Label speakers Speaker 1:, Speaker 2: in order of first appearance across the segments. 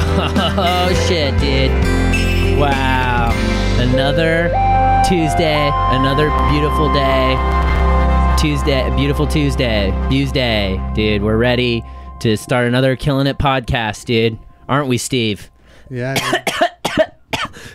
Speaker 1: Oh shit, dude. Wow. Another Tuesday, another beautiful day. Tuesday, beautiful Tuesday. Tuesday, dude. We're ready to start another Killing It podcast, dude. Aren't we, Steve?
Speaker 2: Yeah. dude.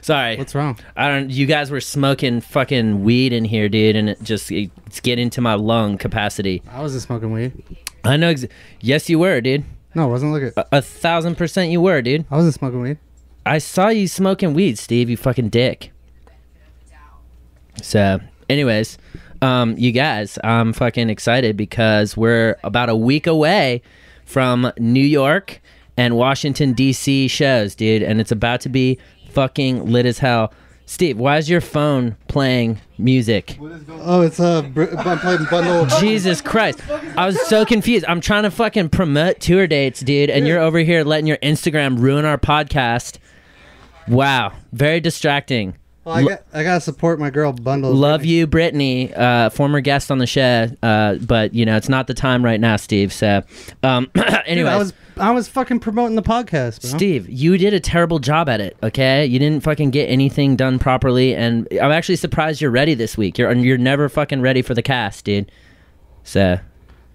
Speaker 1: Sorry.
Speaker 2: What's wrong?
Speaker 1: I don't you guys were smoking fucking weed in here, dude, and it just it's getting to my lung capacity.
Speaker 2: I wasn't smoking weed.
Speaker 1: I know ex- yes you were, dude.
Speaker 2: No, I wasn't looking.
Speaker 1: A thousand percent you were, dude.
Speaker 2: I wasn't smoking weed.
Speaker 1: I saw you smoking weed, Steve, you fucking dick. So, anyways, um, you guys, I'm fucking excited because we're about a week away from New York and Washington, D.C. shows, dude, and it's about to be fucking lit as hell. Steve, why is your phone playing music?
Speaker 2: Oh, it's a. Br- I'm playing bundle.
Speaker 1: Jesus Christ. I was so confused. I'm trying to fucking promote tour dates, dude, and you're over here letting your Instagram ruin our podcast. Wow. Very distracting.
Speaker 2: Well, I, got, I gotta support my girl bundle.
Speaker 1: Love you, Brittany, uh, former guest on the show, uh, but, you know, it's not the time right now, Steve. So, um,
Speaker 2: Dude, I
Speaker 1: anyways.
Speaker 2: was I was fucking promoting the podcast, bro.
Speaker 1: Steve, you did a terrible job at it. Okay, you didn't fucking get anything done properly, and I'm actually surprised you're ready this week. You're you're never fucking ready for the cast, dude. So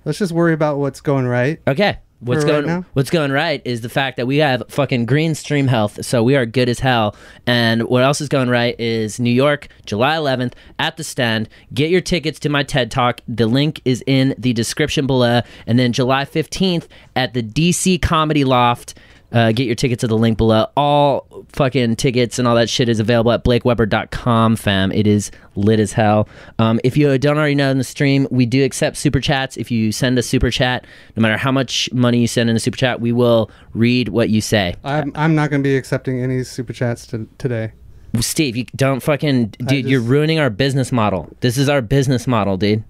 Speaker 2: Let's just worry about what's going right.
Speaker 1: Okay. What's
Speaker 2: For right
Speaker 1: going
Speaker 2: now?
Speaker 1: What's going right is the fact that we have fucking green stream health, so we are good as hell. And what else is going right is New York, July 11th at the stand. Get your tickets to my TED Talk. The link is in the description below. And then July 15th at the DC Comedy Loft. Uh, get your tickets at the link below. All fucking tickets and all that shit is available at blakeweber.com, fam. It is lit as hell. Um, if you don't already know in the stream, we do accept super chats. If you send a super chat, no matter how much money you send in a super chat, we will read what you say.
Speaker 2: I'm I'm not gonna be accepting any super chats to, today.
Speaker 1: Steve, you don't fucking, dude, you're
Speaker 2: just-
Speaker 1: ruining our business model. This is our business model, dude.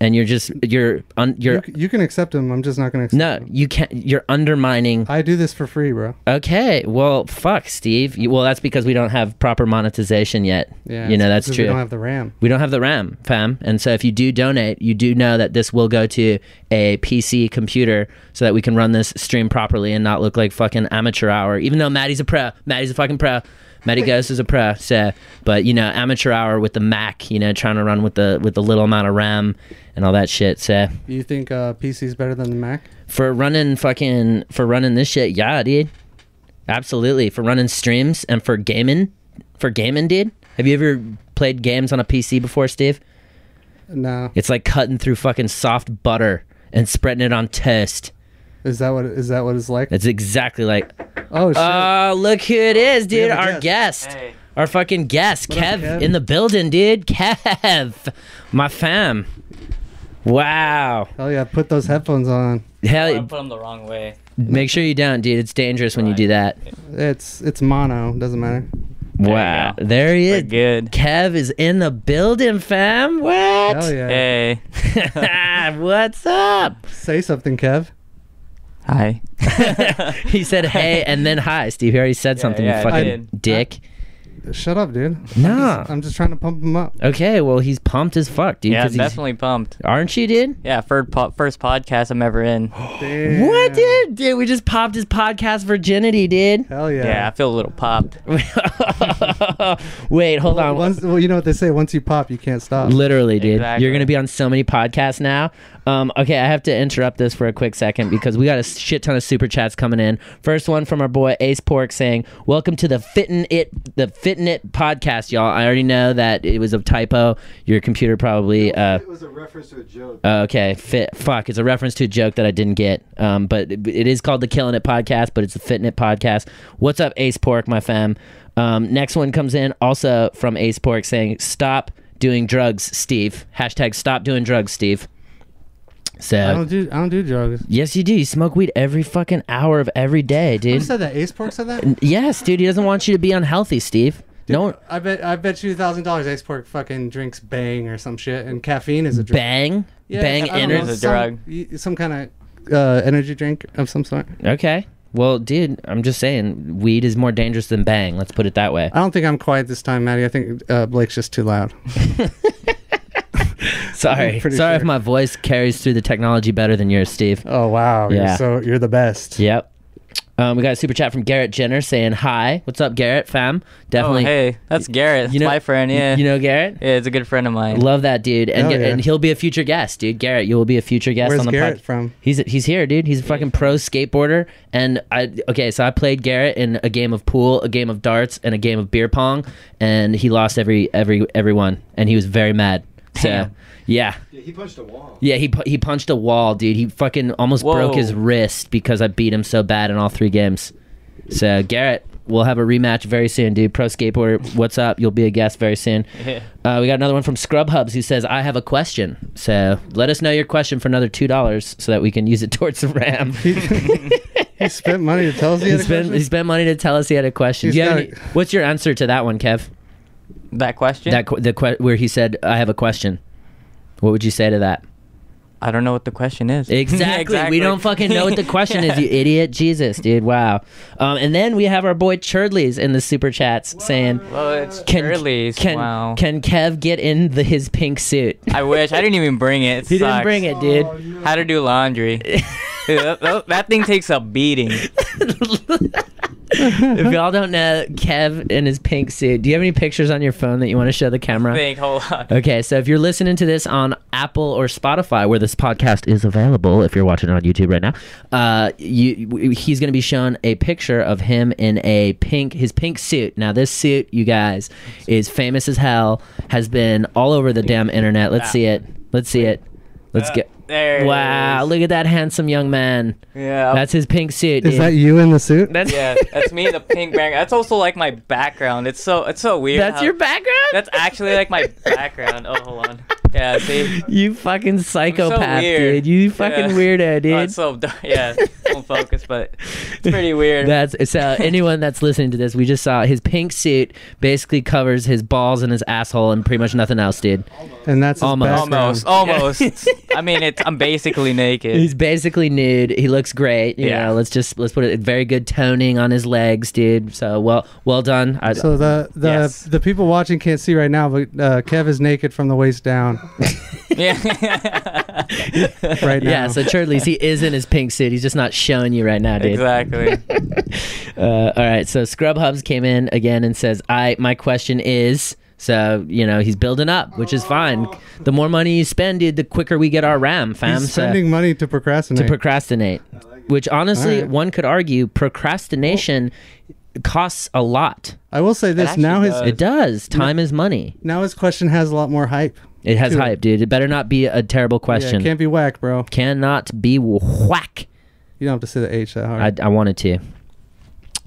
Speaker 1: And you're just, you're, un,
Speaker 2: You,
Speaker 1: you're,
Speaker 2: c- you can accept them. I'm just not gonna. accept
Speaker 1: no,
Speaker 2: them.
Speaker 1: you can't, you're undermining
Speaker 2: I do this for free, bro.
Speaker 1: Okay. Well, fuck, Steve. You, well, that's because we don't have proper monetization yet.
Speaker 2: Yeah.
Speaker 1: You know,
Speaker 2: it's
Speaker 1: that's
Speaker 2: because
Speaker 1: true.
Speaker 2: We don't have the RAM.
Speaker 1: the RAM, fam. And so if you do donate, you do know that this will go to a PC computer so that we can run this stream properly and not look like fucking amateur hour. Even though Maddie's a pro. Maddie's a fucking pro. Maddie Ghost is a pro. So, but you know, amateur hour with the Mac, you know, trying to run with the with the little amount of RAM and all that shit. So,
Speaker 2: You think uh, PC's better than the Mac?
Speaker 1: for running fucking for running this shit yeah dude absolutely for running streams and for gaming for gaming dude have you ever played games on a pc before steve
Speaker 2: No.
Speaker 1: it's like cutting through fucking soft butter and spreading it on toast
Speaker 2: Is that what is that what it's like?
Speaker 1: that's exactly like
Speaker 2: Oh shit.
Speaker 1: oh look who it is dude
Speaker 2: have a
Speaker 1: our guest our fucking guest
Speaker 2: What up,
Speaker 1: kev,
Speaker 2: Kev?
Speaker 1: in the building dude kev my fam wow
Speaker 2: Hell yeah! Put those headphones on.
Speaker 3: I
Speaker 1: hell
Speaker 3: put them the wrong way.
Speaker 1: make sure you don't dude it's dangerous when you do that
Speaker 2: It's it's mono. Doesn't matter.
Speaker 3: you
Speaker 1: wow
Speaker 3: go.
Speaker 1: there he
Speaker 3: We're
Speaker 1: is
Speaker 3: good.
Speaker 1: Kev is in the building, fam.
Speaker 2: Hell
Speaker 1: What?
Speaker 2: yeah.
Speaker 3: Hey.
Speaker 1: What's up?
Speaker 2: Say something, Kev.
Speaker 3: Hi.
Speaker 1: He said hey and then hi, Steve. He already said
Speaker 3: Yeah,
Speaker 1: something,
Speaker 3: yeah, I
Speaker 1: you fucking
Speaker 3: did.
Speaker 1: dick.
Speaker 2: Shut up, dude.
Speaker 1: No.
Speaker 2: I'm just trying to pump him up.
Speaker 1: Okay, well, he's pumped as fuck, dude.
Speaker 3: yeah,
Speaker 1: 'cause he's-
Speaker 3: definitely pumped.
Speaker 1: Aren't you, dude?
Speaker 3: Yeah, first po- first podcast I'm ever in.
Speaker 2: Damn.
Speaker 1: What, dude? Dude, we just popped his podcast virginity, dude.
Speaker 2: Hell yeah.
Speaker 3: Yeah. I feel a little popped.
Speaker 1: Wait, hold on.
Speaker 2: Once, well, you know what they say. Once you pop, you can't stop.
Speaker 1: Literally, dude.
Speaker 3: Exactly.
Speaker 1: You're going to be on so many podcasts now. Um, okay, I have to interrupt this for a quick second because we got a shit ton of super chats coming in. First one from our boy Ace Pork saying, "Welcome to the Fittin' It the Fittin' It podcast, y'all. I already know that it was a typo. Your computer probably uh,
Speaker 4: It was a reference to a joke.
Speaker 1: Okay, fit, fuck. It's a reference to a joke that I didn't get. Um, but it, it is called the Killing It Podcast, but it's the Fitting It Podcast. What's up, Ace Pork, my fam? Um, next one comes in also from Ace Pork saying, "Stop doing drugs, Steve." Hashtag Stop doing drugs, Steve.
Speaker 2: I
Speaker 1: So
Speaker 2: don't do. I don't do drugs.
Speaker 1: yes, you do. You smoke weed every fucking hour of every day,
Speaker 2: Who
Speaker 1: dude.
Speaker 2: said that? Ace Pork said that.
Speaker 1: Yes, dude. He doesn't want you to be unhealthy, Steve. No one-
Speaker 2: I bet. I bet you thousand dollars. Ace Pork fucking drinks Bang or some shit, and caffeine is a drink.
Speaker 1: bang,
Speaker 2: Yeah,
Speaker 1: bang,
Speaker 2: I don't know,
Speaker 1: enters.
Speaker 3: It's a
Speaker 2: some-
Speaker 3: drug.
Speaker 2: y- Some kind of uh, energy drink of some sort.
Speaker 1: Okay. Well, dude, I'm just saying, weed is more dangerous than bang. Let's put it that way.
Speaker 2: I don't think I'm quiet this time, Maddie. I think uh, Blake's just too loud.
Speaker 1: Sorry.
Speaker 2: I'm pretty
Speaker 1: Sorry if
Speaker 2: sure.
Speaker 1: my voice carries through the technology better than yours, Steve.
Speaker 2: Oh wow.
Speaker 1: Yeah.
Speaker 2: You're so you're the best.
Speaker 1: Yep. Um, we got a super chat from Garrett Jenner saying hi. What's up, Garrett? Fam, definitely.
Speaker 3: Oh, hey, that's Garrett. That's
Speaker 1: you know-
Speaker 3: my friend. Yeah.
Speaker 1: You know Garrett.
Speaker 3: yeah, it's a good friend of mine.
Speaker 1: Love that dude, and
Speaker 2: Hell yeah.
Speaker 1: and he'll be a future guest, dude. Garrett, you will be a future guest
Speaker 2: Where's
Speaker 1: on the
Speaker 2: Garrett
Speaker 1: podcast.
Speaker 2: from?
Speaker 1: He's he's here, dude. He's a fucking pro skateboarder. And I okay, so I played Garrett in a game of pool, a game of darts, and a game of beer pong, and he lost every every every one, and he was very mad. So
Speaker 3: Damn.
Speaker 1: yeah,
Speaker 4: Yeah, he punched a wall.
Speaker 1: yeah, he pu- he punched a wall, dude. He fucking almost broke his
Speaker 3: Whoa.
Speaker 1: wrist because I beat him so bad in all three games. So Garrett, we'll have a rematch very soon, dude. Pro skateboarder, what's up? You'll be a guest very soon.
Speaker 3: Yeah.
Speaker 1: Uh, we got another one from Scrub Hubs who says, I have a question. So let us know your question for another $2 so that we can use it towards the RAM.
Speaker 2: He spent money to tell us he had
Speaker 1: he,
Speaker 2: a
Speaker 1: spent, he
Speaker 2: question?
Speaker 1: spent money to tell us he had a question.
Speaker 2: He's
Speaker 1: Do you have
Speaker 2: got
Speaker 1: any- what's your answer to that one, Kev?
Speaker 3: That question?
Speaker 1: That qu- the que- Where he said, I have a question. What would you say to that?
Speaker 3: I don't know what the question is.
Speaker 1: Exactly. We don't fucking know what the question is, you
Speaker 3: Yeah.
Speaker 1: idiot. Jesus, dude. Wow. Um, and then we have our boy Churdley's in the super chats saying,
Speaker 3: Well, it's
Speaker 1: can,
Speaker 3: Churdley's.
Speaker 1: can,
Speaker 3: wow.
Speaker 1: can Kev get in the, his pink suit?
Speaker 3: I wish. I didn't even bring it. it
Speaker 1: He didn't
Speaker 3: sucks.
Speaker 1: bring it, dude.
Speaker 3: How to do laundry. Dude, that, that- that thing takes a beating.
Speaker 1: if y'all don't know Kev in his pink suit, do you have any pictures on your phone that you want to show the camera?
Speaker 3: Think, hold on.
Speaker 1: Okay, so if you're listening to this on Apple or Spotify, where this podcast is available, if you're watching it on YouTube right now, uh, you w- he's going to be shown a picture of him in a pink his pink suit. Now this suit, you guys, is famous as hell. Has been all over the damn internet. Let's see it. Let's see it. Let's get.
Speaker 3: Uh, There. it
Speaker 1: Wow!
Speaker 3: is.
Speaker 1: Look at that handsome young man.
Speaker 3: Yeah.
Speaker 1: That's his pink suit.
Speaker 2: Is
Speaker 1: dude.
Speaker 2: that you in the suit?
Speaker 1: That's
Speaker 3: yeah, that's me, the pink background. That's also like my background. It's so it's so weird.
Speaker 1: That's
Speaker 3: how-
Speaker 1: your background.
Speaker 3: That's actually like my background. Oh, hold on. Yeah, see.
Speaker 1: You fucking psychopath,
Speaker 3: weird.
Speaker 1: dude. You fucking
Speaker 3: Yeah.
Speaker 1: weirdo, dude.
Speaker 3: Oh, it's so dark. Yeah, won't focus, but it's pretty weird.
Speaker 1: That's so. Anyone that's listening to this, we just saw his pink suit basically covers his balls and his asshole and pretty much nothing else, dude.
Speaker 2: And that's his
Speaker 1: Almost.
Speaker 3: almost, Oh.
Speaker 2: background.
Speaker 3: almost. I mean, it's I'm basically naked.
Speaker 1: He's basically nude. He looks great. You
Speaker 3: Yeah.
Speaker 1: know, let's just let's put it. Very good toning on his legs, dude. So well, well done. I,
Speaker 2: So the the
Speaker 3: Yes.
Speaker 2: the people watching can't see right now, but uh, Kev is naked from the waist down
Speaker 3: Yeah,
Speaker 2: right now.
Speaker 1: yeah. So Churdley's he is in his pink suit. He's just not showing you right now, dude.
Speaker 3: exactly.
Speaker 1: Uh, all right. So Scrub Hubs came in again and says, "I my question is." So you know he's building up, which is fine. The more money you spend, dude, the quicker we get our RAM, fam.
Speaker 2: He's
Speaker 1: So-
Speaker 2: spending money to procrastinate.
Speaker 1: to procrastinate, which honestly,
Speaker 2: Alright.
Speaker 1: one could argue procrastination costs a lot.
Speaker 2: I will say this
Speaker 3: actually
Speaker 2: now his
Speaker 3: does.
Speaker 1: It does. Time is money.
Speaker 2: now his question has a lot more hype.
Speaker 1: It has
Speaker 2: Dude.
Speaker 1: hype, dude. It better not be a terrible
Speaker 2: Yeah,
Speaker 1: question.
Speaker 2: it can't be whack, bro.
Speaker 1: Cannot be whack.
Speaker 2: You don't have to say the H that hard.
Speaker 1: I, I wanted to.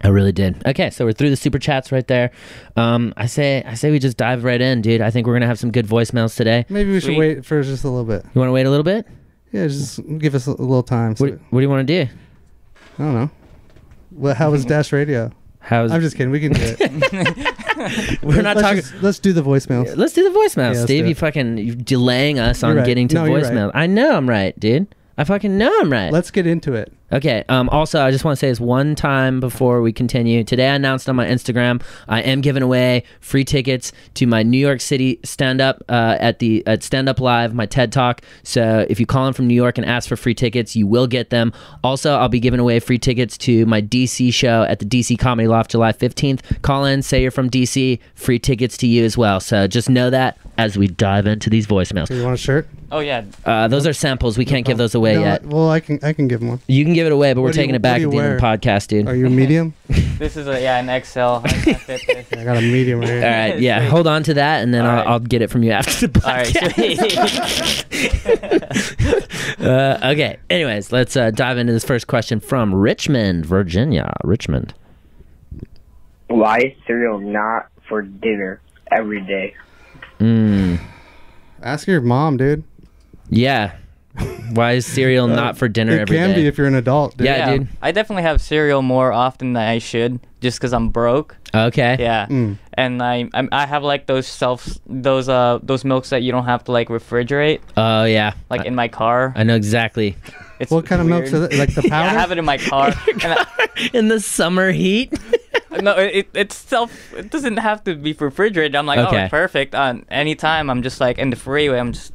Speaker 1: I really did. Okay, so we're through the super chats right there. Um, I say, I say we just dive right in, dude. I think we're gonna have some good voicemails today.
Speaker 2: Maybe we should
Speaker 3: Sweet.
Speaker 2: wait for just a little bit.
Speaker 1: You want to wait a little bit?
Speaker 2: Yeah, just give us a little time. So,
Speaker 1: What, what do you want to do?
Speaker 2: I don't know. Well, how was Dash Radio?
Speaker 1: How's
Speaker 2: I'm just kidding. We can do it.
Speaker 1: we're not
Speaker 2: Let's
Speaker 1: talking?
Speaker 2: just- let's do the voicemails.
Speaker 1: Let's do the voicemail,
Speaker 2: Yeah, let's
Speaker 1: Steve.
Speaker 2: do
Speaker 1: You
Speaker 2: it.
Speaker 1: fucking you delaying us on
Speaker 2: You're right.
Speaker 1: getting to
Speaker 2: No, you're
Speaker 1: voicemail. I know I'm right, dude. I fucking know I'm right.
Speaker 2: Let's get into it.
Speaker 1: okay. Um. Also, I just want to say this one time before we continue. Today, I announced on my Instagram I am giving away free tickets to my New York City stand up uh, at the at Stand Up Live, my TED Talk. So if you call in from New York and ask for free tickets, you will get them. Also, I'll be giving away free tickets to my DC show at the DC Comedy Loft, July 15th. Call in, say you're from DC. Free tickets to you as well. So just know that as we dive into these voicemails.
Speaker 2: Do you want a shirt?
Speaker 3: Oh yeah,
Speaker 1: Uh, those are samples. We can't give those away
Speaker 2: No,
Speaker 1: yet.
Speaker 2: I- well, I can I can give them one.
Speaker 1: You can give it away, but we're
Speaker 2: What do you-
Speaker 1: taking it
Speaker 2: what
Speaker 1: back
Speaker 2: do
Speaker 1: at
Speaker 2: you
Speaker 1: the end of the
Speaker 2: wear?
Speaker 1: podcast, dude.
Speaker 2: Are you a medium?
Speaker 3: this is a yeah an XL. I can't fit this.
Speaker 2: I got a medium right
Speaker 1: All
Speaker 2: here.
Speaker 1: right, yeah.
Speaker 3: Sweet.
Speaker 1: Hold on to that, and then
Speaker 3: All
Speaker 1: I'll,
Speaker 3: right.
Speaker 1: I'll get it from you after the
Speaker 3: All right,
Speaker 1: podcast. uh, okay. Anyways, let's uh, dive into this first question from Richmond, Virginia. Richmond.
Speaker 5: Why is cereal not for dinner every day?
Speaker 1: Mm.
Speaker 2: Ask your mom, dude.
Speaker 1: Yeah. Why is cereal not for dinner
Speaker 2: Uh, It
Speaker 1: every day?
Speaker 2: can be if you're an adult, dude.
Speaker 1: Yeah,
Speaker 3: yeah,
Speaker 1: dude.
Speaker 3: I definitely have cereal more often than I should, just because I'm broke.
Speaker 1: okay.
Speaker 3: Yeah,
Speaker 2: Mm.
Speaker 3: and I I'm, I have like those self those uh those milks that you don't have to like refrigerate,
Speaker 1: Oh yeah.
Speaker 3: like
Speaker 1: I,
Speaker 3: in my car.
Speaker 1: I know exactly.
Speaker 3: It's
Speaker 2: What kind of milks are
Speaker 3: weird.
Speaker 2: that? Like the
Speaker 3: Yeah,
Speaker 2: powder?
Speaker 3: I have it in my car. and I-
Speaker 1: in the summer heat.
Speaker 3: no, it, it- it's self. It doesn't have to be refrigerated. I'm like,
Speaker 1: Okay.
Speaker 3: Uh, oh, perfect. On any time, I'm just like in the freeway. I'm just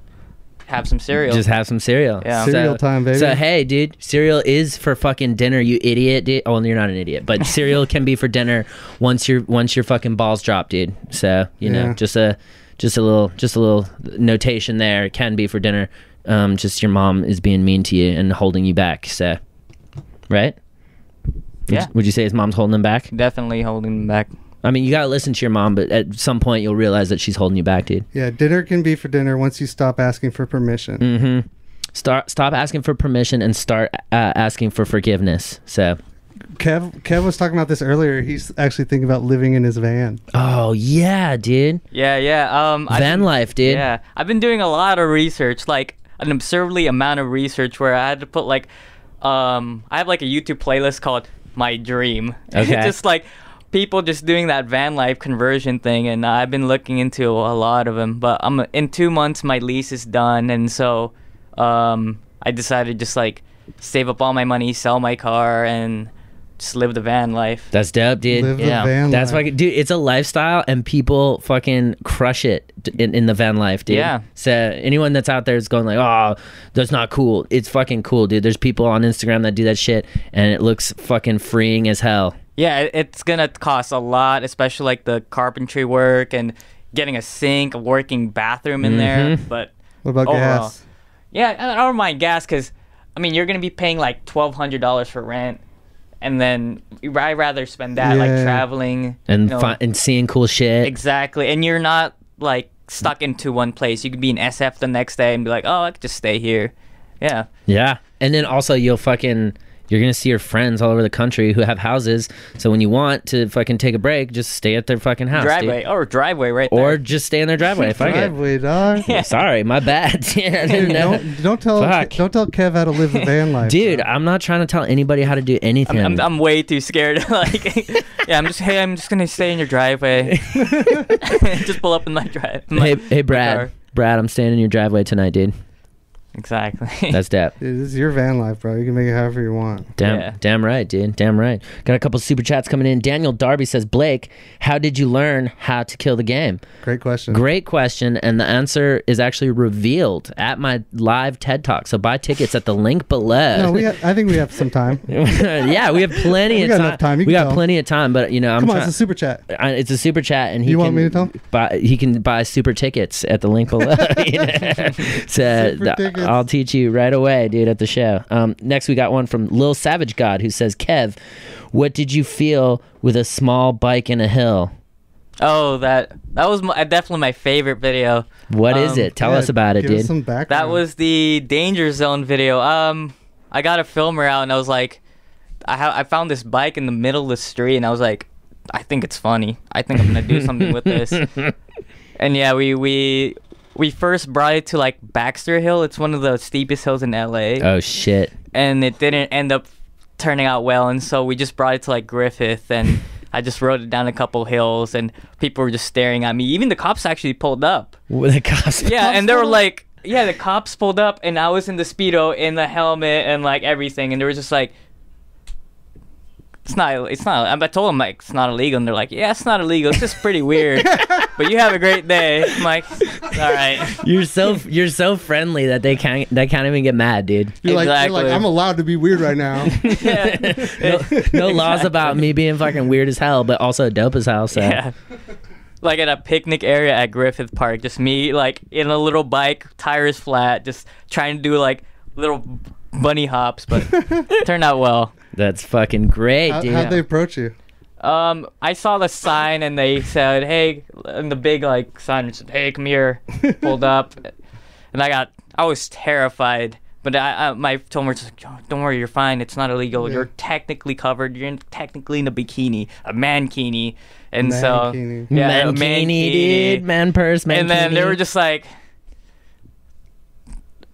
Speaker 3: have some cereal.
Speaker 1: Just have some cereal.
Speaker 3: Yeah.
Speaker 2: Cereal time, baby.
Speaker 1: So hey, dude, cereal is for fucking dinner. You idiot. Dude. Oh, you're not an idiot, but cereal can be for dinner once your once your fucking balls drop, dude. So you know,
Speaker 2: Yeah.
Speaker 1: just a just a little just a little notation there. It can be for dinner. Um, just your mom is being mean to you and holding you back. So, right? Would-
Speaker 3: Yeah.
Speaker 1: Would you say his mom's holding him back?
Speaker 3: Definitely holding them back.
Speaker 1: I mean, you gotta listen to your mom, but at some point you'll realize that she's holding you back, dude.
Speaker 2: yeah, dinner can be for dinner once you stop asking for permission.
Speaker 1: Mm-hmm. Start stop asking for permission and start uh, asking for forgiveness. So,
Speaker 2: Kev, Kev was talking about this earlier. He's actually thinking about living in his van.
Speaker 1: oh yeah, dude,
Speaker 3: Yeah, yeah. Um, I
Speaker 1: van
Speaker 3: think-
Speaker 1: life, dude.
Speaker 3: Yeah, I've been doing a lot of research, like an absurdly amount of research, where I had to put like, um, I have like a YouTube playlist called "My Dream." It's
Speaker 1: Okay.
Speaker 3: just like people just doing that van life conversion thing, and I've been looking into a lot of them. But I'm in two months, my lease is done, and so, um, I decided just like save up all my money, sell my car, and just live the van life.
Speaker 1: That's dope, dude.
Speaker 2: Live the
Speaker 1: yeah,
Speaker 2: van
Speaker 1: that's
Speaker 2: life.
Speaker 1: why, dude. It's a lifestyle, and people fucking crush it d- in, in the van life, dude.
Speaker 3: Yeah.
Speaker 1: So anyone that's out there is going like, "Oh, that's not cool." It's fucking cool, dude. There's people on Instagram that do that shit, and it looks fucking freeing as hell.
Speaker 3: Yeah, it- it's gonna cost a lot, especially like the carpentry work and getting a sink, a working bathroom in there.
Speaker 1: Mhm.
Speaker 3: But
Speaker 2: What about
Speaker 3: Overall.
Speaker 2: Mm-hmm. gas?
Speaker 3: yeah, I I don't mind gas because, I mean, you're gonna be paying like twelve hundred dollars for rent, and then I rather spend that like
Speaker 2: Yeah.
Speaker 3: traveling
Speaker 1: And
Speaker 3: you know,
Speaker 1: fi- and seeing cool shit.
Speaker 3: exactly. And you're not like stuck into one place. You could be in SF the next day and be like, oh, I could just stay here. Yeah,
Speaker 1: Yeah. And then also you'll fucking you're gonna see your friends all over the country who have houses. So when you want to fucking take a break, just stay at their fucking house. dude.
Speaker 3: driveway or driveway right there.
Speaker 1: Or just stay in their driveway. Fuck it.
Speaker 2: Driveway, dog.
Speaker 1: Sorry, my bad. Yeah,
Speaker 2: Dude,
Speaker 1: no.
Speaker 2: don't, don't tell
Speaker 1: Fuck.
Speaker 2: don't tell Kev how to live the van life.
Speaker 1: Dude, I'm not trying to tell anybody how to do anything.
Speaker 3: I'm, I'm way too scared. like, yeah, I'm just hey, I'm just gonna stay in your driveway. just pull up in my drive. in my-
Speaker 1: hey, hey, Brad.
Speaker 3: car.
Speaker 1: Brad, I'm staying in your driveway tonight, dude.
Speaker 3: Exactly.
Speaker 1: That's that.
Speaker 2: Dude, this is your van life, bro. You can make it however you want.
Speaker 1: Damn,
Speaker 3: Yeah.
Speaker 1: damn right, dude. Damn right. Got a couple super chats coming in. Daniel Darby says, Blake, how did you learn how to kill the game?
Speaker 2: Great question.
Speaker 1: Great question, and the answer is actually revealed at my live TED Talk. So buy tickets at the link below.
Speaker 2: No, we ha- I think we have some time.
Speaker 1: yeah, we have plenty
Speaker 2: We
Speaker 1: of
Speaker 2: got
Speaker 1: time.
Speaker 2: enough time, you
Speaker 1: We got
Speaker 2: can tell.
Speaker 1: plenty of time, but you know, I'm
Speaker 2: Come on,
Speaker 1: try-
Speaker 2: it's a super chat.
Speaker 1: I- it's a super chat, and he
Speaker 2: You
Speaker 1: can
Speaker 2: want me to tell him?
Speaker 1: buy. He can buy super tickets at the link below. you know? so
Speaker 2: Super
Speaker 1: th-
Speaker 2: tickets.
Speaker 1: I'll teach you right away, dude, at the show. Um, next, we got one from Lil Savage God who says, "Kev, what did you feel with a small bike and a hill?
Speaker 3: oh, that that was my, definitely my favorite video.
Speaker 1: What is
Speaker 3: Um,
Speaker 1: it? Tell
Speaker 2: Yeah,
Speaker 1: us about it,
Speaker 2: give
Speaker 1: dude."
Speaker 2: Us some background.
Speaker 3: That was the danger zone video. Um, I got a filmer out and I was like, I ha- I found this bike in the middle of the street and I was like, I think it's funny. I think I'm gonna do something with this. And yeah, we we we first brought it to like Baxter Hill. It's one of the steepest hills in LA.
Speaker 1: oh shit.
Speaker 3: and it didn't end up turning out well and so we just brought it to like griffith and i just rode it down a couple hills and people were just staring at me even the cops actually pulled up
Speaker 1: With a costume.
Speaker 3: yeah and they were like yeah the cops pulled up and i was in the speedo in the helmet and like everything and they were just like it's not it's not i told them like it's not illegal and they're like yeah it's not illegal it's just pretty weird but you have a great day i'm like all right
Speaker 1: You're so you're so friendly that they can't they can't even get mad, dude.
Speaker 2: You're like, you're
Speaker 3: Exactly.
Speaker 2: like, I'm allowed to be weird right now.
Speaker 3: yeah.
Speaker 1: No, no laws about me being fucking weird as hell, but also dope as hell. So
Speaker 3: Yeah. Like at a picnic area at Griffith Park, just me like in a little bike, tires flat, just trying to do like little bunny hops, but turned out well.
Speaker 1: that's fucking great,
Speaker 2: How,
Speaker 1: dude.
Speaker 2: how'd they approach you?
Speaker 3: Um, I saw the sign and they said, "Hey," and the big like sign said, "Hey, come here." Pulled up, and I got I was terrified. But I, I my told me, just, like, "Don't worry, you're fine. It's not illegal.
Speaker 2: Yeah.
Speaker 3: You're technically covered. You're in, technically in a bikini, a mankini." And
Speaker 2: Mankini.
Speaker 3: so yeah, a
Speaker 1: mankini, dude, man purse, mankini.
Speaker 3: and then they were just like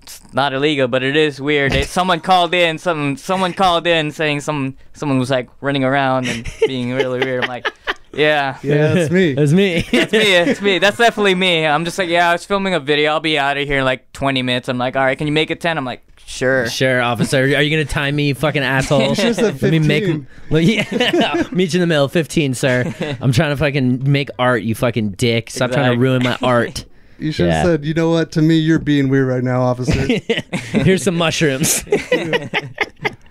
Speaker 3: it's not illegal but it is weird They- someone called in some someone called in saying some someone was like running around and being really weird i'm like yeah
Speaker 2: Yeah, that's me.
Speaker 1: That's me.
Speaker 3: it's me it's me that's definitely me i'm just like yeah i was filming a video i'll be out of here in like 20 minutes i'm like all right can you make it 10 i'm like sure
Speaker 1: Sure, officer. Are you gonna time me, you fucking asshole?
Speaker 2: You should've said
Speaker 1: Let me make.
Speaker 2: 15.
Speaker 1: Well, yeah, meet you in the middle. Fifteen, sir. I'm trying to fucking make art. You fucking dick. Stop trying to
Speaker 3: Exact-
Speaker 1: ruin my art.
Speaker 2: You should have
Speaker 1: Yeah.
Speaker 2: said, you know what? To me, you're being weird right now, officer.
Speaker 1: Here's some mushrooms.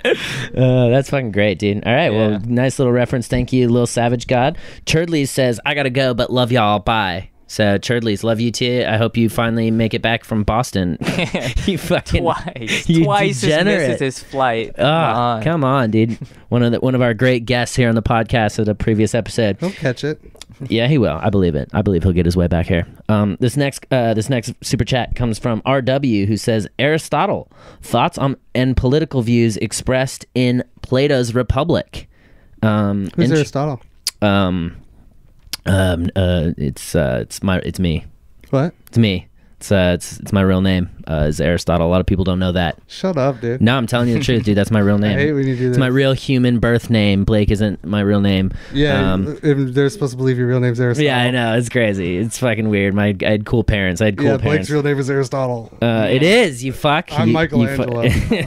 Speaker 1: uh, that's fucking great, dude. All right,
Speaker 3: Yeah.
Speaker 1: well, nice little reference. Thank you, Lil Savage God. Churdleys says, "I gotta go, but love y'all. Bye." So Churdleys, love you too. I hope you finally make it back from Boston. you fucking
Speaker 3: Twice.
Speaker 1: you
Speaker 3: Twice as misses
Speaker 1: degenerate.
Speaker 3: his flight.
Speaker 1: Ah,
Speaker 3: Uh,
Speaker 1: come on, dude. One of the, one of our great guests here on the podcast of the previous episode.
Speaker 2: He'll catch it.
Speaker 1: Yeah, he will. I believe it. I believe he'll get his way back here. Um, this next uh, this next super chat comes from RW, who says Aristotle thoughts on and political views expressed in Plato's Republic. Um,
Speaker 2: Who's
Speaker 1: int-
Speaker 2: Aristotle?
Speaker 1: um, um, uh, it's uh, it's my it's me.
Speaker 2: What?
Speaker 1: It's me. It's uh, it's it's my real name. Uh, is Aristotle. A lot of people don't know that.
Speaker 2: Shut up, dude.
Speaker 1: No, I'm telling you the truth, dude. That's my real name.
Speaker 2: hate when you do
Speaker 1: it's
Speaker 2: this.
Speaker 1: my real human birth name. Blake isn't my real name.
Speaker 2: Yeah,
Speaker 1: Um,
Speaker 2: if they're supposed to believe your real name's Aristotle.
Speaker 1: Yeah, I know. It's crazy. It's fucking weird. My I had cool parents. I had cool
Speaker 2: yeah,
Speaker 1: parents.
Speaker 2: Blake's real name is Aristotle.
Speaker 1: uh, it is you fuck.
Speaker 2: I'm
Speaker 1: You- you fu-
Speaker 2: Michelangelo.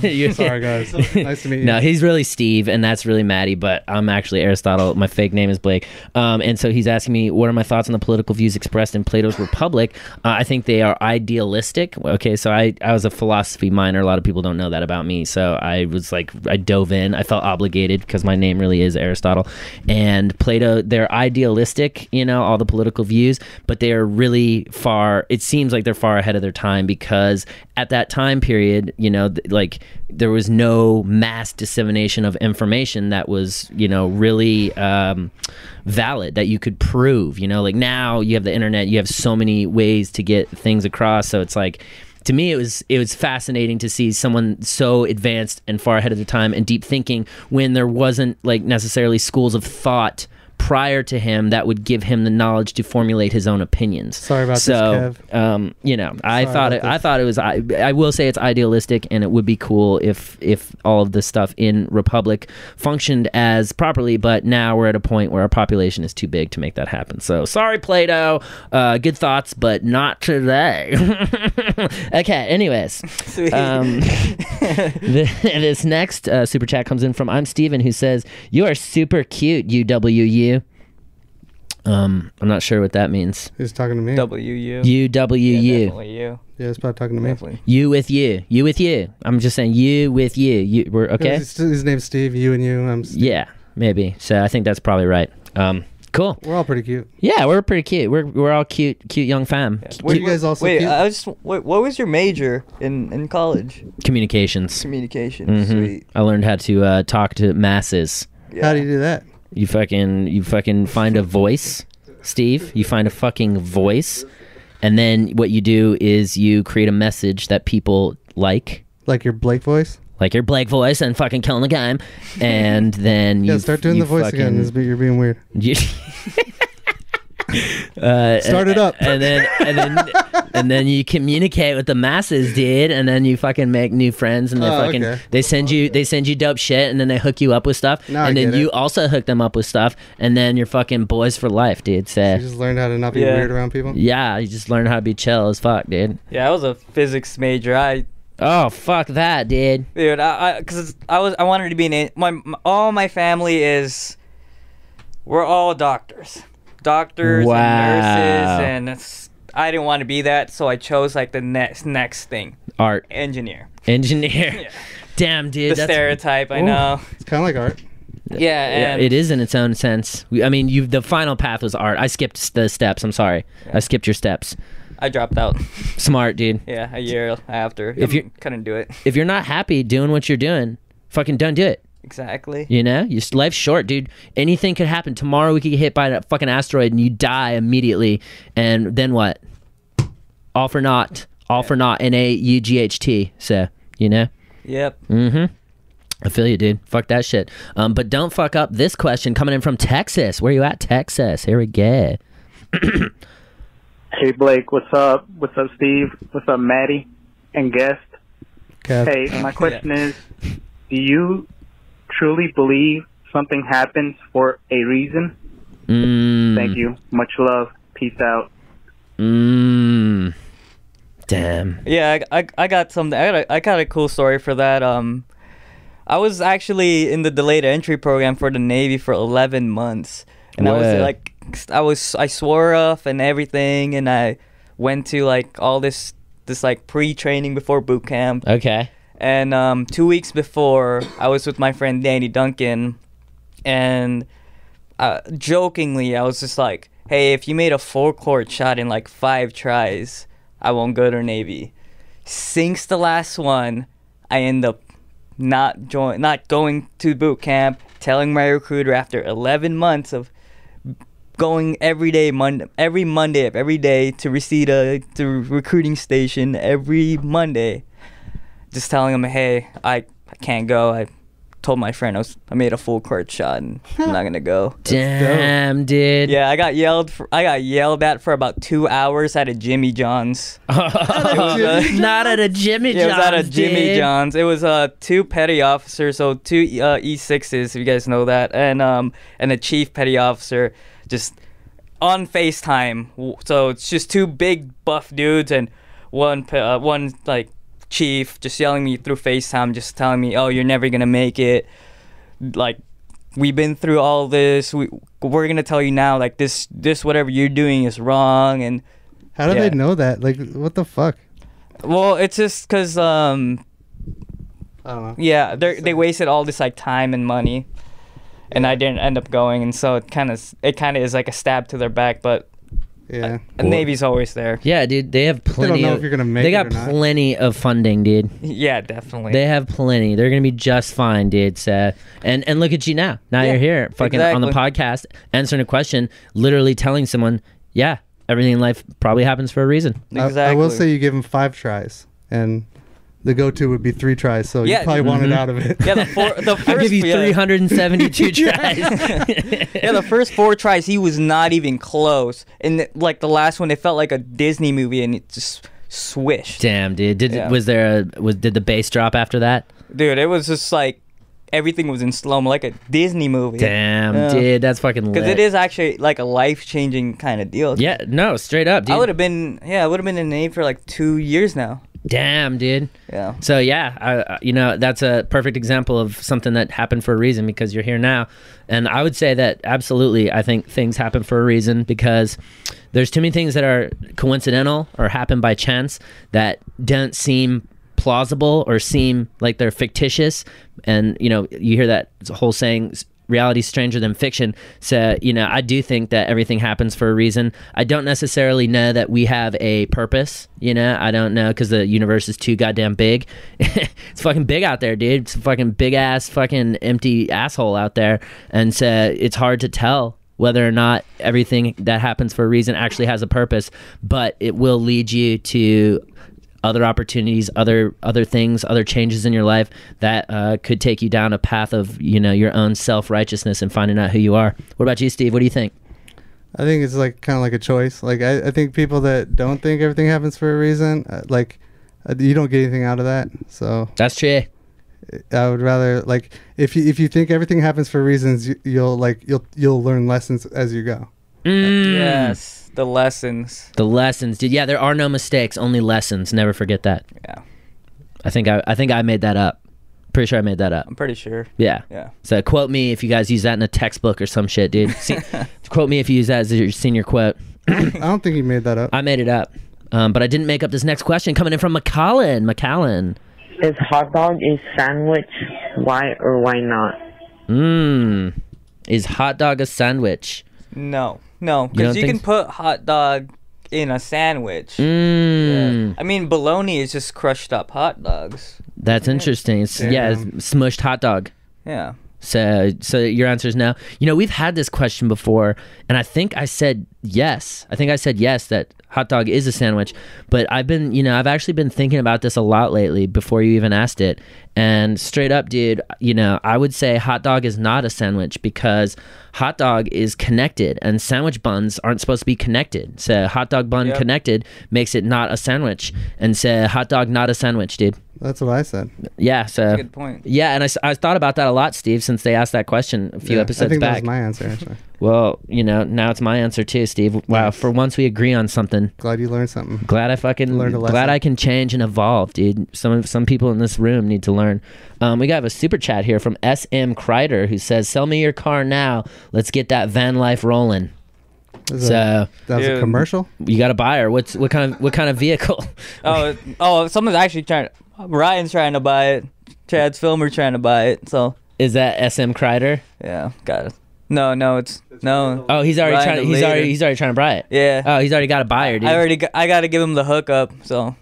Speaker 1: You're-
Speaker 2: Sorry, guys. Nice to meet you.
Speaker 1: No, he's really Steve, and that's really Maddie. But I'm actually Aristotle. My fake name is Blake. Um, and so he's asking me, what are my thoughts on the political views expressed in Plato's Republic? Uh, I think they are idealistic. Okay, so I I was a philosophy minor. A lot of people don't know that about me. So I was like, I dove in. I felt obligated because my name really is Aristotle. And Plato, they're idealistic. You know, all the political views, but they are really far. It seems like they're far ahead of their time because at that time period, you know, th- like there was no mass dissemination of information that was, you know, really um, valid that you could prove. You know, like now you have the internet, you have so many ways to get things across. So it's like, to me, it was it was fascinating to see someone so advanced and far ahead of their time and deep thinking when there wasn't like necessarily schools of thought prior to him that would give him the knowledge to formulate his own opinions.
Speaker 2: Sorry about this,
Speaker 1: so, Um, you know, I
Speaker 2: Sorry
Speaker 1: thought
Speaker 2: about
Speaker 1: it.
Speaker 2: this.
Speaker 1: I thought it was. I, I will say it's idealistic, and it would be cool if if all of this stuff in Republic functioned as properly. But now we're at a point where our population is too big to make that happen. So sorry, Plato. Uh, good thoughts, but not today. okay. Anyways,
Speaker 3: Sweet.
Speaker 1: um, th- this next uh, super chat comes in from I'm Steven who says, You are super cute, UWU. Um, I'm not sure what that means.
Speaker 2: He's talking to me.
Speaker 3: WU.
Speaker 1: UWU.
Speaker 3: Yeah, Definitely you.
Speaker 2: Yeah, he's probably talking to me.
Speaker 3: Definitely.
Speaker 1: you with you. You with you. I'm just saying you with you. You we're okay?
Speaker 2: His, his name's Steve. You and you. I'm. Steve.
Speaker 1: Yeah, maybe. So I think that's probably right. Um cool.
Speaker 2: We're all pretty cute.
Speaker 1: Yeah, we're pretty cute. We're we're all cute cute young fam.
Speaker 2: Were you guys also
Speaker 3: Wait,
Speaker 2: cute?
Speaker 3: I was just. Wait, what was your major in in college?
Speaker 1: Communications.
Speaker 3: Communication.
Speaker 1: Mhm.
Speaker 3: Sweet.
Speaker 1: I learned how to uh, talk to masses.
Speaker 3: Yeah.
Speaker 2: How do you do that?
Speaker 1: You fucking you fucking find a voice, Steve. You find a fucking voice, and then what you do is you create a message that people like,
Speaker 2: Like your Blake voice?
Speaker 1: like your Blake voice and fucking killing the game, and then you
Speaker 2: yeah, start doing
Speaker 1: you
Speaker 2: the voice again.
Speaker 1: fucking-
Speaker 2: This be- You're being weird.
Speaker 1: you- Uh,
Speaker 2: Start
Speaker 1: and-
Speaker 2: it up.
Speaker 1: and then and then and then you communicate with the masses, dude. And then you fucking make new friends, and they
Speaker 2: Oh,
Speaker 1: fucking
Speaker 2: okay.
Speaker 1: they send you they send you dope shit, and then they hook you up with stuff,
Speaker 2: Now I
Speaker 1: and then
Speaker 2: get it.
Speaker 1: you also hook them up with stuff, and then you're fucking boys for life, dude. So
Speaker 2: You just learned how to not be
Speaker 3: Yeah.
Speaker 2: weird around people.
Speaker 1: yeah, you just learn how to be chill as fuck, dude.
Speaker 3: Yeah, I was a physics major. I
Speaker 1: Oh fuck that, dude.
Speaker 3: dude, I because I, was I wanted to be an en- my, my all my family is. We're all doctors, doctors
Speaker 1: Wow.
Speaker 3: and nurses, and it's, I didn't want to be that, so I chose like the next next thing,
Speaker 1: Art
Speaker 3: engineer.
Speaker 1: engineer.
Speaker 3: Yeah.
Speaker 1: Damn, dude.
Speaker 3: the stereotype, I
Speaker 1: Ooh.
Speaker 3: know.
Speaker 2: It's kind of like art.
Speaker 3: Yeah,
Speaker 1: Yeah,
Speaker 3: and
Speaker 1: it is in its own sense. We, I mean, you the final path was art. I skipped s- the steps. I'm sorry. I skipped your steps.
Speaker 3: I dropped out.
Speaker 1: Smart, dude.
Speaker 3: Yeah, a year after.
Speaker 1: If
Speaker 3: If
Speaker 1: you-
Speaker 3: you couldn't do it,
Speaker 1: If you're not happy doing what you're doing, fucking don't do it.
Speaker 3: exactly.
Speaker 1: You know, your s- life's short, dude. Anything could happen. Tomorrow we could get hit by a fucking asteroid and you die immediately. And then what? All for naught. All for naught. N a u g h t. So you know. Mm-hmm.
Speaker 3: Yep.
Speaker 1: I feel you, dude. Fuck that shit. Um, but don't fuck up this question coming in from Texas. Where you at, Texas? Here we go.
Speaker 4: Hey Blake, what's up? What's up, Steve? What's up, Maddie? And guest.
Speaker 2: Kev.
Speaker 4: Hey, my question is: Do you truly believe something happens for a reason?
Speaker 1: Mm.
Speaker 6: Mm-hmm.
Speaker 4: Thank you. Much love. Peace out.
Speaker 1: Mm. Damn.
Speaker 3: Yeah, I, I, I got something. I got, a, I got a cool story for that. Um, I was actually in the delayed entry program for the Navy for 11 months, and I was
Speaker 1: Wow.
Speaker 3: like, I was I swore off and everything, and I went to like all this this like pre-training before boot camp,
Speaker 1: Okay.
Speaker 3: and um, two weeks before I was with my friend Danny Duncan, and uh, jokingly I was just like, "Hey, if you made a full court shot in like five tries, I won't go to Navy." Sinks the last one, I end up not join, not going to boot camp. Telling my recruiter after 11 months of going every day Monday, every Monday of every day to Reseda to recruiting station every Monday, just telling him, hey, I, I can't go. I told my friend I was I made a full court shot and I'm not gonna go.
Speaker 1: Damn, dude.
Speaker 3: Yeah, I got yelled. For, I got yelled at for about two hours at a Jimmy John's.
Speaker 1: Oh, Not at a Jimmy John's.
Speaker 3: Yeah, it was at a Jimmy
Speaker 1: dude.
Speaker 3: John's. It was uh two petty officers, so two uh, E sixes, if you guys know that, and um and a chief petty officer, just on Facetime. W- So it's just two big buff dudes and one pe- uh, one like chief just yelling me through Facetime, just telling me, oh, you're never gonna make it, like. We've been through all this. We we're gonna tell you now, like this, this whatever you're doing is wrong, and
Speaker 2: How do
Speaker 3: Yeah.
Speaker 2: they know that? Like, what the fuck?
Speaker 3: well, it's just cause um
Speaker 2: I don't know.
Speaker 3: Yeah, they they wasted all this like time and money, and I didn't end up going, and so it kind of it kind of is like a stab to their back, but
Speaker 2: Yeah.
Speaker 3: the Navy's always there.
Speaker 1: Yeah, dude. They have
Speaker 2: They
Speaker 1: plenty.
Speaker 2: don't know
Speaker 1: of,
Speaker 2: if you're gonna make
Speaker 1: They
Speaker 2: it
Speaker 1: got
Speaker 2: or not.
Speaker 1: plenty of funding, dude.
Speaker 3: Yeah, definitely.
Speaker 1: They have plenty. They're gonna be just fine, dude. So, and and look at you now. Now
Speaker 3: Yeah,
Speaker 1: you're here, fucking on the podcast, answering a question, literally telling someone, yeah, everything in life probably happens for a reason.
Speaker 2: I-
Speaker 3: exactly.
Speaker 2: I, will say you give him five tries, and the go-to would be three tries. So
Speaker 3: Yeah. Mm-hmm.
Speaker 2: you probably wanted out of it.
Speaker 3: yeah, the, four, the first
Speaker 1: I give you
Speaker 3: yeah,
Speaker 1: 372 tries.
Speaker 3: yeah, the first four tries he was not even close, and th- like the last one, it felt like a Disney movie, and it just swished.
Speaker 1: Damn, dude. Did
Speaker 3: Yeah.
Speaker 1: was there a was did the bass drop after that?
Speaker 3: Dude, it was just like everything was in slow mo, like a Disney movie.
Speaker 1: Damn,
Speaker 3: Yeah.
Speaker 1: dude. That's fucking lit.
Speaker 3: Because it is actually like a life changing kind of deal.
Speaker 1: Yeah, no, straight up, dude.
Speaker 3: I would have been yeah, I would have been in the Navy for like two years now.
Speaker 1: Damn, dude.
Speaker 3: Yeah.
Speaker 1: So yeah, I, I- you know that's a perfect example of something that happened for a reason because you're here now, and I would say that absolutely, I think things happen for a reason because there's too many things that are coincidental or happen by chance that don't seem plausible or seem like they're fictitious, and you know you hear that whole saying s- reality's stranger than fiction. So, you know, I do think that everything happens for a reason. I don't necessarily know that we have a purpose, you know? I don't know cuz the universe is too goddamn big. it's fucking big out there, dude. It's a fucking big ass fucking empty asshole out there. And so it's hard to tell whether or not everything that happens for a reason actually has a purpose, but it will lead you to other opportunities, other other things, other changes in your life that uh, could take you down a path of you know your own self righteousness and finding out who you are. What about you, Steve? What do you think?
Speaker 2: I think it's like kind of like a choice. Like I, I think people that don't think everything happens for a reason, uh, like uh, you don't get anything out of that. So
Speaker 1: That's true.
Speaker 2: I would rather like if you if you think everything happens for reasons, you, you'll like you'll you'll learn lessons as you go.
Speaker 1: Hmm.
Speaker 3: Yes, the lessons.
Speaker 1: Mm. The lessons, dude. Yeah, there are no mistakes, only lessons. Never forget that.
Speaker 3: Yeah,
Speaker 1: I think I, I think I made that up. Pretty sure I made that up.
Speaker 3: I'm pretty sure.
Speaker 1: Yeah.
Speaker 3: Yeah.
Speaker 1: So quote me if you guys use that in a textbook or some shit, dude. Se- quote me if you use that as your senior quote.
Speaker 2: I don't think you made that up.
Speaker 1: I made it up, um, but I didn't make up this next question coming in from McCollin. McCollin.
Speaker 5: If hot dog is sandwich, why or why not?
Speaker 1: Mmm. Is hot dog a sandwich?
Speaker 3: No, no,
Speaker 1: You don't
Speaker 3: because you,
Speaker 1: think
Speaker 3: can
Speaker 1: so?
Speaker 3: put hot dog in a sandwich.
Speaker 1: Mmm.
Speaker 3: I mean, bologna is just crushed up hot dogs.
Speaker 1: That's interesting. It's, yeah, it's smushed hot dog.
Speaker 3: Yeah.
Speaker 1: So, so your answer is no. You know, we've had this question before, and I think I said yes. I think I said yes that hot dog is a sandwich. But I've been, you know, I've actually been thinking about this a lot lately before you even asked it. And straight up, dude, you know, I would say hot dog is not a sandwich because hot dog is connected, and sandwich buns aren't supposed to be connected. So, hot dog bun
Speaker 3: Yep.
Speaker 1: connected makes it not a sandwich, and so hot dog not a sandwich, dude.
Speaker 2: That's what I said.
Speaker 1: Yeah. So
Speaker 3: Good point.
Speaker 1: yeah, and I, s- I thought about that a lot, Steve, since they asked that question a few
Speaker 2: Yeah, I
Speaker 1: episodes
Speaker 2: think that
Speaker 1: back.
Speaker 2: was my answer. Actually,
Speaker 1: well, you know, now it's my answer too, Steve. Wow,
Speaker 2: Nice.
Speaker 1: for once we agree on something.
Speaker 2: glad you learned something.
Speaker 1: Glad I fucking
Speaker 2: Learned a lesson.
Speaker 1: glad I can change and evolve, dude. Some some people in this room need to learn. Um, we got a super chat here from S M Kreider who says, "Sell me your car now. Let's get that van life rolling."
Speaker 2: Is that-
Speaker 1: So
Speaker 2: that was a
Speaker 3: Dude.
Speaker 2: commercial.
Speaker 1: you got a buyer. What's what kind of what kind of vehicle?
Speaker 3: Oh, oh, someone's actually trying. Ryan's trying to buy it. Chad's filmer trying to buy it. So
Speaker 1: Is that SM Kreider?
Speaker 3: yeah, got it. No, no, it's no.
Speaker 1: Oh, he's already
Speaker 3: Ryan
Speaker 1: trying. To,
Speaker 3: the
Speaker 1: he's
Speaker 3: leader.
Speaker 1: already he's already trying to buy it.
Speaker 3: Yeah,
Speaker 1: Oh, he's already got a buyer, dude.
Speaker 3: I already. Got, I got to give him the hookup. So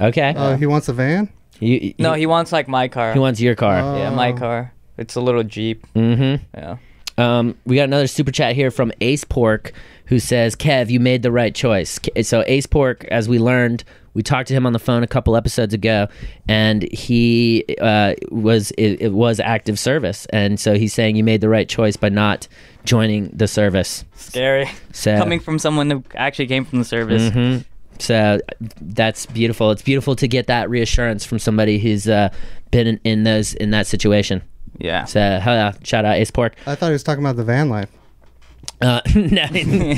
Speaker 1: okay.
Speaker 2: Oh, he wants a van.
Speaker 1: You- you- Oh.
Speaker 3: no, he wants like my car.
Speaker 1: he wants your car.
Speaker 3: yeah, my car. It's a little Jeep.
Speaker 1: hmm
Speaker 3: Yeah.
Speaker 1: Um, we got another super chat here from Ace Pork, who says, "Kev, you made the right choice." K- So Ace Pork, as we learned, we talked to him on the phone a couple episodes ago, and he uh, was it, it was active service, and so he's saying you made the right choice by not joining the service.
Speaker 3: Scary.
Speaker 1: So
Speaker 3: Coming from someone who actually came from the service.
Speaker 1: hmm So that's beautiful. It's beautiful to get that reassurance from somebody who's uh, been in, in those in that situation.
Speaker 3: Yeah.
Speaker 1: So hell yeah, shout out Ace Pork.
Speaker 2: I thought he was talking about the van life.
Speaker 1: Uh, no. maybe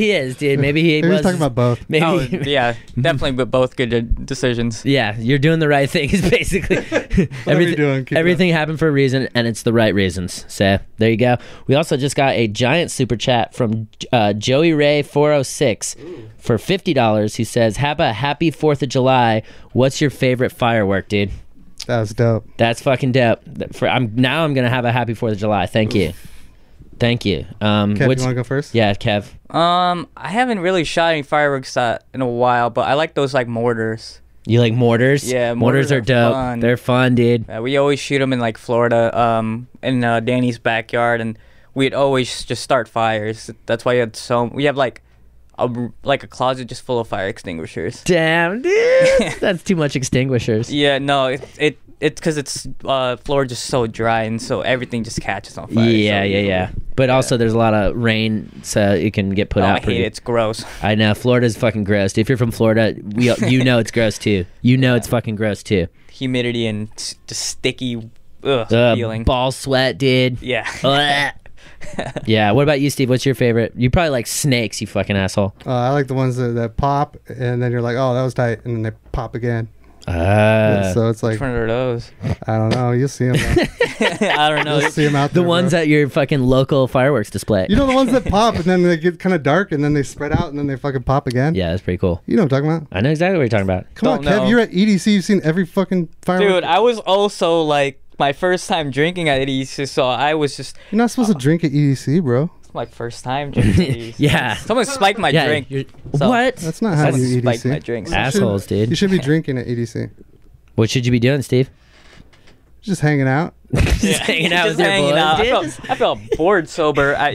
Speaker 1: he is, dude. Maybe he
Speaker 2: Maybe
Speaker 1: was
Speaker 2: he's talking about both.
Speaker 1: Maybe,
Speaker 3: Oh, yeah, definitely, but both good de- decisions.
Speaker 1: Mm-hmm. yeah, you're doing the right thing. Is basically everything.
Speaker 2: doing, keep it up.
Speaker 1: everything happened for a reason, and it's the right reasons. So there you go. We also just got a giant super chat from uh, Joey Ray 406 for fifty dollars. Who says, "Have a happy Fourth of July. What's your favorite firework, dude?
Speaker 2: That was dope.
Speaker 1: That's fucking dope. That- For I'm now, I'm gonna have a happy Fourth of July. Thank you, thank you. Um,
Speaker 2: Kev,
Speaker 1: which,
Speaker 2: you want to go first?
Speaker 1: yeah, Kev.
Speaker 3: Um, I haven't really shot any fireworks uh, in a while, but I like those like mortars.
Speaker 1: You like mortars?
Speaker 3: Yeah,
Speaker 1: mortars,
Speaker 3: mortars
Speaker 1: are,
Speaker 3: are
Speaker 1: dope.
Speaker 3: fun.
Speaker 1: They're fun, dude.
Speaker 3: Uh, we always shoot them in like Florida, um, in uh, Danny's backyard, and we'd always just start fires. That's why we had so we have like a r- like a closet just full of fire extinguishers.
Speaker 1: Damn, dude. That's too much extinguishers.
Speaker 3: Yeah, no, it it it's because it's uh Florida just so dry and so everything just catches on fire. so
Speaker 1: yeah, yeah,
Speaker 3: easily.
Speaker 1: yeah. But also, there's a lot of rain, so it can get put
Speaker 3: Oh,
Speaker 1: out.
Speaker 3: I hate
Speaker 1: pretty-
Speaker 3: it. It's gross.
Speaker 1: I know Florida's fucking gross. If you're from Florida, we, you know it's gross too. You know it's fucking gross too.
Speaker 3: Humidity and s- just sticky ugh,
Speaker 1: Uh,
Speaker 3: feeling.
Speaker 1: ball sweat, dude.
Speaker 3: yeah.
Speaker 1: Blech. yeah. What about you, Steve? What's your favorite? You probably like snakes, you fucking asshole.
Speaker 2: Uh, I like the ones that, that pop, and then you're like, oh, that was tight, and then they pop again.
Speaker 1: Uh,
Speaker 2: so it's like,
Speaker 3: Which one are those?
Speaker 2: I don't know. You'll see them.
Speaker 3: I don't know.
Speaker 2: You'll see 'em out
Speaker 1: the
Speaker 2: there,
Speaker 1: ones
Speaker 2: bro.
Speaker 1: at your fucking local fireworks display.
Speaker 2: You know the ones that pop, and then they get kind of dark, and then they spread out, and then they fucking pop again.
Speaker 1: yeah, that's pretty cool.
Speaker 2: You know what I'm talking about?
Speaker 1: I know exactly what you're talking about.
Speaker 2: Come on,
Speaker 3: Don't
Speaker 2: Kev.
Speaker 3: know.
Speaker 2: You're at EDC. You've seen every fucking firework.
Speaker 3: Dude, I was also like my first time drinking at EDC, so I was just
Speaker 2: you're not supposed to drink at EDC, bro.
Speaker 3: it's my first time drinking. at EDC.
Speaker 1: Yeah.
Speaker 3: Someone spiked my
Speaker 1: yeah.
Speaker 3: drink.
Speaker 1: you're-
Speaker 3: So-
Speaker 1: what?
Speaker 2: That's not how
Speaker 3: Someone
Speaker 2: you
Speaker 3: spiked
Speaker 2: EDC.
Speaker 3: my drinks.
Speaker 2: You should-
Speaker 1: Assholes, dude.
Speaker 2: You should be drinking at E EDC.
Speaker 1: What should you be doing, Steve?
Speaker 2: Just hanging out.
Speaker 1: just hanging out with
Speaker 3: Just
Speaker 1: your
Speaker 3: hanging
Speaker 1: boys.
Speaker 3: out. I
Speaker 1: dude.
Speaker 3: felt, I felt bored sober at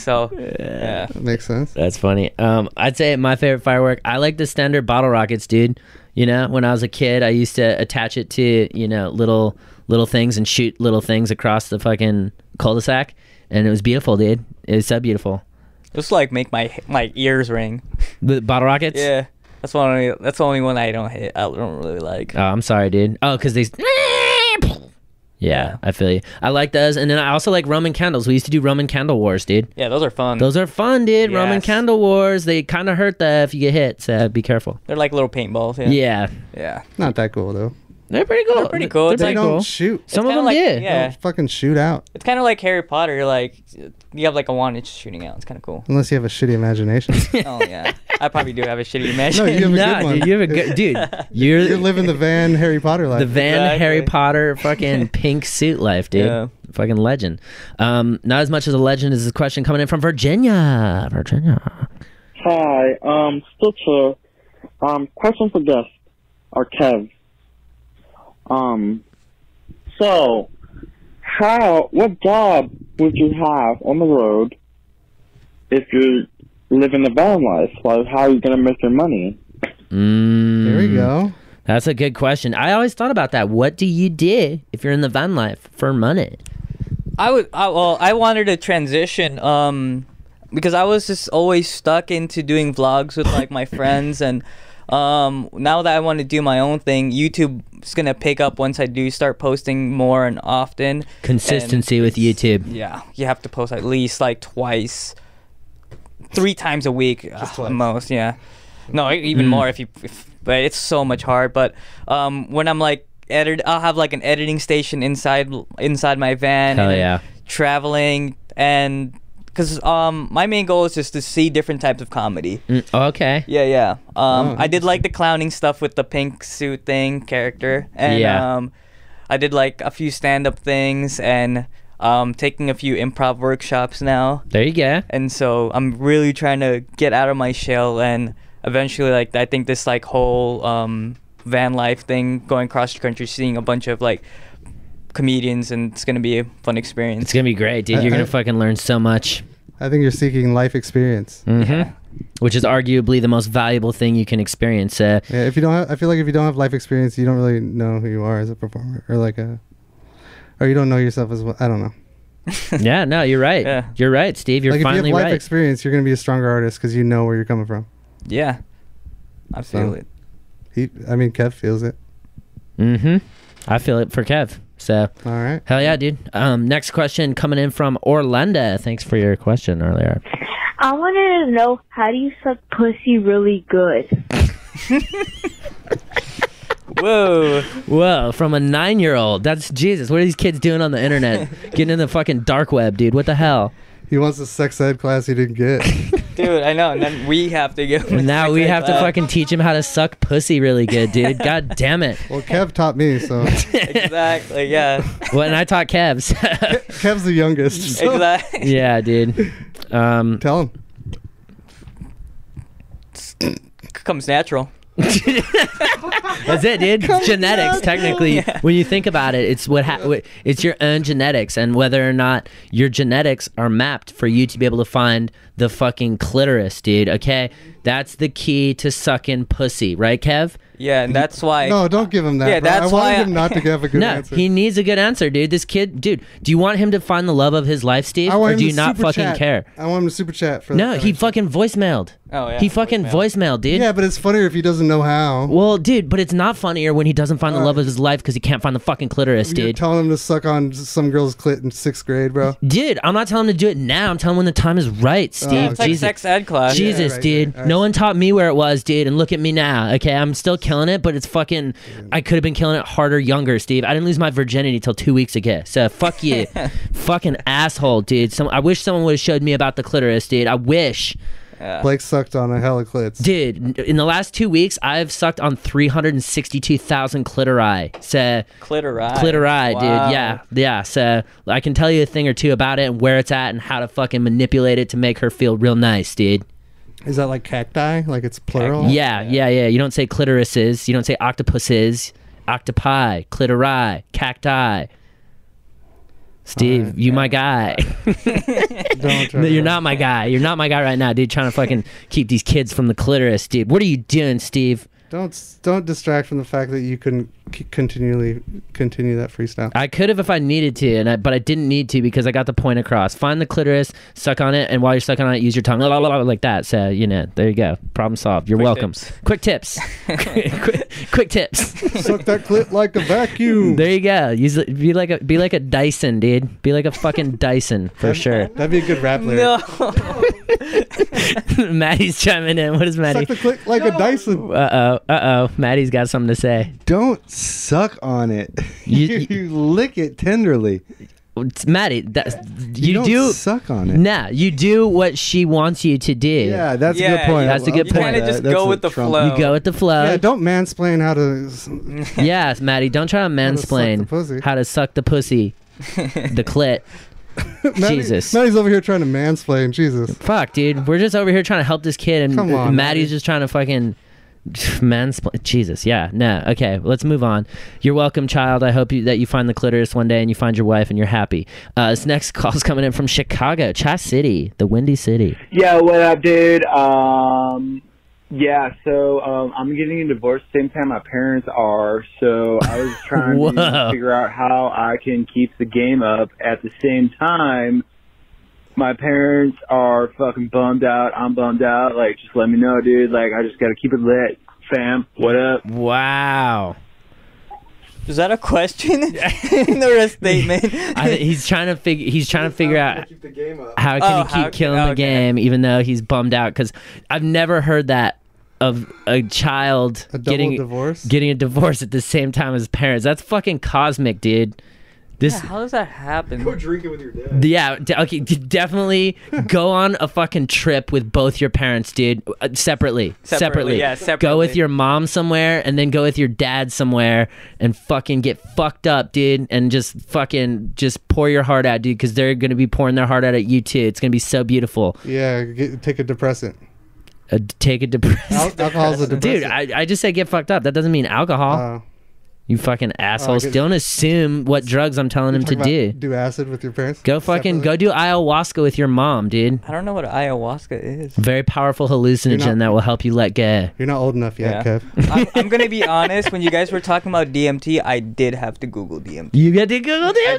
Speaker 3: so yeah.
Speaker 2: That makes sense.
Speaker 1: That's funny. Um, I'd say my favorite firework. I like the standard bottle rockets, dude. You know, when I was a kid, I used to attach it to you know little little things and shoot little things across the fucking cul-de-sac, and it was beautiful, dude. It was so beautiful.
Speaker 3: Just like make my my ears ring.
Speaker 1: The bottle rockets.
Speaker 3: Yeah. That's one. Only, that's the only one I don't hit. I don't really like.
Speaker 1: Oh, I'm sorry, dude. Oh, because they. Yeah, I feel you. I like those, and then I also like Roman candles. We used to do Roman candle wars, dude.
Speaker 3: Yeah, those are fun.
Speaker 1: Those are fun, dude. Roman
Speaker 3: Yes.
Speaker 1: candle wars. They kind of hurt the if you get hit, so be careful.
Speaker 3: They're like little paintballs. Yeah.
Speaker 1: Yeah,
Speaker 3: Yeah.
Speaker 2: Not that cool though.
Speaker 1: they're pretty cool.
Speaker 3: They're pretty cool.
Speaker 1: They're
Speaker 3: They
Speaker 2: They
Speaker 1: pretty
Speaker 2: don't
Speaker 1: cool.
Speaker 2: shoot.
Speaker 1: Some of
Speaker 3: Kinda
Speaker 1: them
Speaker 3: like,
Speaker 1: did.
Speaker 3: Yeah.
Speaker 2: Don't fucking shoot out
Speaker 3: It's kind of like Harry Potter. Like you have like a wand and shooting out. It's kind of cool.
Speaker 2: unless you have a shitty imagination.
Speaker 3: oh yeah. I probably do have a shitty
Speaker 2: no,
Speaker 3: imagination.
Speaker 2: you have a
Speaker 1: Nah,
Speaker 2: good one.
Speaker 1: dude, you have a good dude. You're,
Speaker 2: You're living the van Harry Potter life.
Speaker 1: the Van
Speaker 3: Exactly.
Speaker 1: Harry Potter fucking pink suit life, dude.
Speaker 3: Yeah.
Speaker 1: Fucking legend. Um, not as much as a legend as this question coming in from Virginia. Virginia.
Speaker 7: Hi, um, Stitcher. Um, question for guest, or Kev. Um, so, how, what job would you have on the road if you're living the van life? Like, how are you gonna make your money?
Speaker 1: Mm,
Speaker 2: There we go.
Speaker 1: That's a good question. I always thought about that. What do you do if you're in the van life for money?
Speaker 3: I would. I, well, I wanted to transition. Um, because I was just always stuck into doing vlogs with like my friends, and um, now that I want to do my own thing, YouTube is gonna pick up once I do start posting more and often.
Speaker 1: Consistency
Speaker 3: And
Speaker 1: with
Speaker 3: it's-
Speaker 1: YouTube.
Speaker 3: Yeah, you have to post at least like twice, three times a week, uh, most. Yeah, no, e- even more if you. If, but it's so much hard. But um, when I'm like edit, I'll have like an editing station inside inside my van.
Speaker 1: Hell
Speaker 3: and
Speaker 1: yeah.
Speaker 3: Traveling and because um my main goal is just to see different types of comedy.
Speaker 1: Mm, okay.
Speaker 3: Yeah, yeah. Um,
Speaker 2: Oh,
Speaker 3: I did like the clowning stuff with the pink suit thing character, and
Speaker 1: Yeah.
Speaker 3: um, I did like a few stand-up things and um taking a few improv workshops now.
Speaker 1: There you go.
Speaker 3: and so I'm really trying to get out of my shell and eventually like I think this like whole um van life thing going across the country seeing a bunch of like comedians and it's gonna be a fun experience
Speaker 1: It's gonna be great, dude.
Speaker 2: I-
Speaker 1: You're gonna
Speaker 2: I-
Speaker 1: fucking learn so much.
Speaker 2: I think you're seeking life experience.
Speaker 1: Mm-hmm. Which is arguably the most valuable thing you can experience. Uh,
Speaker 2: Yeah, if you don't, have, I feel like if you don't have life experience, you don't really know who you are as a performer, or like a, or you don't know yourself as well. I don't know.
Speaker 1: yeah, no, you're right.
Speaker 3: Yeah.
Speaker 1: You're right, Steve. You're
Speaker 2: like if you have
Speaker 1: finally
Speaker 2: life
Speaker 1: right.
Speaker 2: experience, you're gonna be a stronger artist because you know where you're coming from.
Speaker 3: yeah I feel
Speaker 2: So-
Speaker 3: it
Speaker 2: He, I mean, Kev feels it.
Speaker 1: mm-hmm. I feel it for Kev. So
Speaker 2: All right.
Speaker 1: hell yeah, dude. Um, next question coming in from Orlando. Thanks for your question earlier.
Speaker 8: I wanted to know how do you suck pussy really good?
Speaker 3: whoa
Speaker 1: Whoa, from a nine-year-old. That's Jesus. What are these kids doing on the internet? Getting in the fucking dark web, dude. What the hell?
Speaker 2: He wants a sex ed class he didn't get.
Speaker 3: dude I know and then we uh, have to go
Speaker 1: now we have to fucking teach him how to suck pussy really good, dude. God damn it.
Speaker 2: well, Kev taught me, so
Speaker 3: exactly yeah
Speaker 1: Well, and I taught Kev's.
Speaker 2: Kev's the youngest. So
Speaker 3: exactly
Speaker 1: yeah, dude. Um,
Speaker 2: Tell him.
Speaker 3: comes natural
Speaker 1: that's it, dude. It's genetics, technically. When you think about it, it's what ha- wh- it's your own genetics, and whether or not your genetics are mapped for you to be able to find the fucking clitoris, dude. Okay, that's the key to sucking pussy, right, Kev?
Speaker 3: yeah and that's why
Speaker 2: No, don't give him that.
Speaker 3: Yeah,
Speaker 2: bro. I
Speaker 3: that's why
Speaker 2: wanted him
Speaker 3: I-
Speaker 2: not to have a good
Speaker 1: No,
Speaker 2: answer.
Speaker 1: he needs a good answer, dude. This kid, dude. Do you want him to find the love of his life, Steve,
Speaker 2: I want
Speaker 1: or
Speaker 2: him
Speaker 1: do
Speaker 2: to
Speaker 1: you not
Speaker 2: super
Speaker 1: fucking
Speaker 2: chat.
Speaker 1: care?
Speaker 2: I want him to super chat for.
Speaker 1: No,
Speaker 2: that
Speaker 1: he
Speaker 2: connection.
Speaker 1: fucking voicemailed.
Speaker 3: oh yeah
Speaker 1: he fucking voicemailed, dude.
Speaker 2: Yeah, but it's funnier if he doesn't know how.
Speaker 1: Well, dude, but it's not funnier when he doesn't find the love of his life because he can't find the fucking clitoris,
Speaker 2: Uh, You're
Speaker 1: dude.
Speaker 2: telling him to suck on some girl's clit in sixth grade, bro.
Speaker 1: dude, I'm not telling him to do it now. I'm telling him when the time is right, Steve.
Speaker 3: it's like
Speaker 1: Jesus.
Speaker 3: sex ed class
Speaker 1: Jesus,
Speaker 2: right,
Speaker 1: dude.
Speaker 2: right, right.
Speaker 1: No one taught me where it was, dude. And look at me now. Okay, I'm still killing it, but it's fucking. I could have been killing it harder, younger, Steve. I didn't lose my virginity till two weeks ago. So fuck you, fucking asshole, dude. Some. I wish someone would have showed me about the clitoris, dude. I wish,
Speaker 2: Blake sucked on a hella clits.
Speaker 1: dude. n- In the last two weeks, I've sucked on three hundred and sixty-two thousand clitori. So
Speaker 3: clitori
Speaker 1: Clitori,
Speaker 3: Wow.
Speaker 1: dude. Yeah, yeah. So I can tell you a thing or two about it and where it's at and how to fucking manipulate it to make her feel real nice, dude.
Speaker 2: Is that like cacti? Like it's plural?
Speaker 1: yeah, yeah, yeah, You don't say clitorises. You don't say octopuses. Octopi, clitori, cacti. Steve, you my guy.
Speaker 2: Don't try
Speaker 1: No,
Speaker 2: to-
Speaker 1: You're not my guy. You're not my guy right now, dude. Trying to fucking keep these kids from the clitoris, dude. What are you doing, Steve?
Speaker 2: Don't s- don't distract from the fact that you couldn't c- continually continue that freestyle.
Speaker 1: I could have if I needed to, and I, but I didn't need to because I got the point across. Find the clitoris, suck on it, and while you're sucking on it, use your tongue la, la, la, la, like that. So you know, there you go. Problem solved. You're welcome.
Speaker 3: tips.
Speaker 1: Quick tips. quick, quick tips.
Speaker 2: Suck that clit like a vacuum.
Speaker 1: there you go. Use it- be like a be like a Dyson, dude. Be like a fucking Dyson for sure.
Speaker 2: That'd be a good rap lyric.
Speaker 3: no
Speaker 1: Maddie's chiming in. What is
Speaker 2: Suck
Speaker 1: Maddie?
Speaker 2: the clit like a Dyson.
Speaker 1: Uh oh. Uh oh. Maddie's got something to say.
Speaker 9: Don't suck on it.
Speaker 1: You-
Speaker 9: You, lick it tenderly.
Speaker 1: It's- Maddie, that's,
Speaker 9: You,
Speaker 1: you,
Speaker 9: don't
Speaker 1: do.
Speaker 9: suck on it.
Speaker 1: Nah, you do what she wants you to do.
Speaker 9: Yeah, that's a
Speaker 3: Yeah,
Speaker 9: good point.
Speaker 1: that's a
Speaker 9: I'll-
Speaker 1: good
Speaker 9: I'll
Speaker 1: point.
Speaker 9: buy
Speaker 3: You kinda
Speaker 9: that.
Speaker 3: just
Speaker 9: That's
Speaker 3: go
Speaker 9: a
Speaker 3: with the
Speaker 9: Trump-
Speaker 3: flow.
Speaker 1: You go with the flow.
Speaker 2: Yeah, don't mansplain how to. s-
Speaker 1: Yes, Maddie, don't try to
Speaker 2: suck
Speaker 1: mansplain
Speaker 2: the pussy.
Speaker 1: how to suck the pussy, the clit.
Speaker 2: Maddie-
Speaker 1: Jesus.
Speaker 2: Maddie's over here trying to mansplain. Jesus.
Speaker 1: Fuck, dude, we're just over here trying to help this kid, and
Speaker 2: Come
Speaker 1: Maddie's
Speaker 2: on, Maddie.
Speaker 1: just trying to fucking mansplain. Jesus, yeah, no, okay, let's move on. You're welcome, child. I hope you, that you find the clitoris one day, and you find your wife, and you're happy. Uh, this next call's coming in from Chicago, Chi City, the Windy City.
Speaker 4: Yeah, what up, dude? Um, yeah, so um, I'm getting a divorce same time my parents are, so I was trying
Speaker 1: Whoa.
Speaker 4: to figure out how I can keep the game up at the same time. My parents are fucking bummed out. I'm bummed out. Like, just let me know, dude. Like, I just gotta keep it lit, fam. What up?
Speaker 1: Wow,
Speaker 3: Is that a question or a statement?
Speaker 1: I, he's trying to figure. He's trying to figure out
Speaker 9: Keep the game up.
Speaker 1: how
Speaker 3: Oh,
Speaker 1: can he
Speaker 3: how
Speaker 1: keep
Speaker 3: can-
Speaker 1: killing
Speaker 3: oh,
Speaker 1: the
Speaker 3: okay.
Speaker 1: game even though he's bummed out because i've never heard that of a child
Speaker 2: A double
Speaker 1: getting
Speaker 2: divorce.
Speaker 1: getting a divorce at the same time as parents that's fucking cosmic dude This
Speaker 3: How does that happen?
Speaker 2: drinking with your dad.
Speaker 1: Yeah, de- okay, d- definitely go on a fucking trip with both your parents, dude. Uh, separately, separately,
Speaker 3: yeah,
Speaker 1: Go with
Speaker 3: separately.
Speaker 1: your mom somewhere, and then go with your dad somewhere, and fucking get fucked up, dude, and just fucking just pour your heart out, dude, because they're gonna be pouring their heart out at you too. It's gonna be so beautiful.
Speaker 2: Yeah, get, take a depressant.
Speaker 1: Uh, d- take a
Speaker 2: Al-
Speaker 1: depressant.
Speaker 2: alcohol's a
Speaker 1: Dude,
Speaker 2: depressant.
Speaker 1: I, I just said get fucked up. That doesn't mean alcohol.
Speaker 2: uh,
Speaker 1: you fucking assholes.
Speaker 2: get-
Speaker 1: Don't assume what drugs I'm telling them
Speaker 2: talk
Speaker 1: to
Speaker 2: about
Speaker 1: do.
Speaker 2: do acid with your parents.
Speaker 1: Go fucking
Speaker 2: separately.
Speaker 1: go do ayahuasca with your mom, dude.
Speaker 3: I don't know what ayahuasca is.
Speaker 1: Very powerful hallucinogen
Speaker 2: You're not-
Speaker 1: that will help you let go.
Speaker 2: You're not old enough yet,
Speaker 3: Yeah.
Speaker 2: Kev.
Speaker 3: I'm, I'm gonna be honest. When you guys were talking about DMT, I did have to Google DMT.
Speaker 1: You got to Google
Speaker 3: I
Speaker 1: it.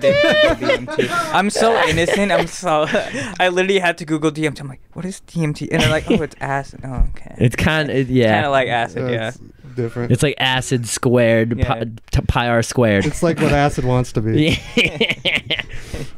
Speaker 3: did Google DMT. I'm so innocent. I'm so. I literally had to Google DMT. I'm like, what is DMT? And they're like, oh, it's acid. Oh, okay.
Speaker 1: It's kind of yeah.
Speaker 3: kind of like acid. Yeah.
Speaker 2: That's different.
Speaker 1: it's
Speaker 2: It's,
Speaker 1: like acid squared pi,
Speaker 3: Yeah.
Speaker 1: to pi r squared.
Speaker 2: like what acid wants to be.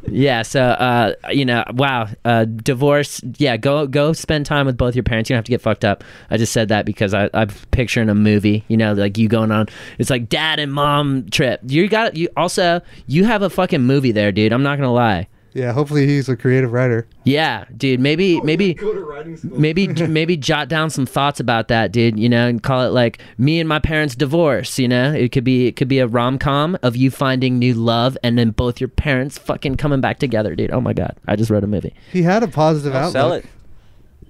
Speaker 1: yeah. So uh, you know, wow, uh, divorce. Yeah, go go spend time with both your parents. You don't have to get fucked up. I just said that because I I'm picturing a movie. You know, like you going on. It's like dad and mom trip. You got you also you have a fucking movie there, dude. I'm not gonna lie.
Speaker 2: Yeah, hopefully he's a creative writer.
Speaker 1: Yeah, dude. Maybe maybe
Speaker 2: Oh, to writing school.
Speaker 1: maybe maybe jot down some thoughts about that dude you know and call it like me and my parents divorce you know it could be it could be a rom-com of you finding new love and then both your parents fucking coming back together dude oh my god i just wrote a movie
Speaker 2: He had a positive outlook.
Speaker 3: Sell it.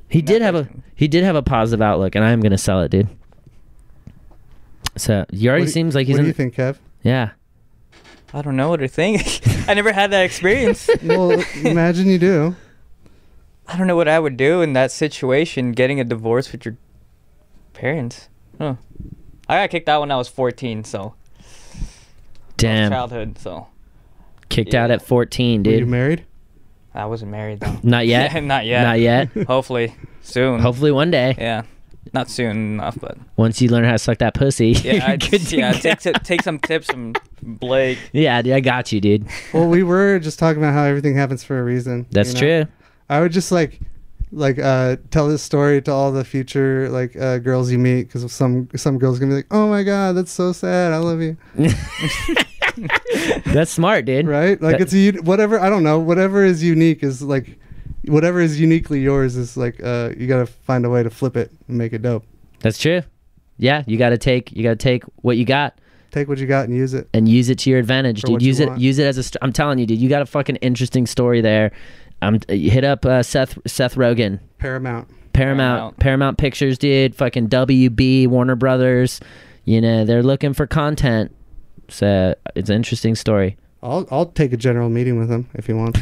Speaker 1: he did have a he did have a positive outlook and i am gonna sell it dude so he
Speaker 2: What
Speaker 1: already
Speaker 2: do you-
Speaker 1: seems like he's
Speaker 2: What
Speaker 1: in
Speaker 2: do you think, Kev?
Speaker 1: yeah
Speaker 3: I don't know what to think. I never had that experience.
Speaker 2: Well, imagine you do.
Speaker 3: I don't know what I would do in that situation, getting a divorce with your parents. Huh. I got kicked out when I was 14, so
Speaker 1: damn
Speaker 3: childhood. So
Speaker 1: kicked out
Speaker 3: yeah.
Speaker 1: at 14
Speaker 2: Were you
Speaker 1: dude
Speaker 2: married?
Speaker 3: I wasn't married though.
Speaker 1: not yet
Speaker 3: Not yet.
Speaker 1: not yet
Speaker 3: Hopefully soon.
Speaker 1: hopefully one day
Speaker 3: Yeah. Not soon enough, but
Speaker 1: once you learn how to suck that pussy
Speaker 3: yeah, I
Speaker 1: you're good
Speaker 3: just,
Speaker 1: to
Speaker 3: yeah.
Speaker 1: go.
Speaker 3: Take t- take some tips from Blake.
Speaker 1: yeah dude, i got you dude
Speaker 2: Well, we were just talking about how everything happens for a reason.
Speaker 1: that's
Speaker 2: you know?
Speaker 1: true
Speaker 2: I would just like like uh tell this story to all the future like uh girls you meet because some some girls gonna be like oh my god that's so sad i love you
Speaker 1: That's smart, dude.
Speaker 2: right like
Speaker 1: That-
Speaker 2: it's a, u- whatever i don't know whatever is unique is like whatever is uniquely yours is like uh you gotta find a way to flip it and make it dope
Speaker 1: That's true. Yeah, you got to take you got to take what you got
Speaker 2: take what you got and use it
Speaker 1: and use it to your advantage,
Speaker 2: For
Speaker 1: dude.
Speaker 2: what
Speaker 1: Use
Speaker 2: you
Speaker 1: it
Speaker 2: want.
Speaker 1: use it as a st- I'm telling you, dude, you got a fucking interesting story there. Um, hit up uh, Seth Seth Rogen.
Speaker 2: paramount
Speaker 1: Paramount,
Speaker 3: Paramount.
Speaker 1: Paramount Pictures, dude. Fucking WB, Warner Brothers. You know they're looking for content, so it's an interesting story.
Speaker 2: i'll i'll take a general meeting with him if you want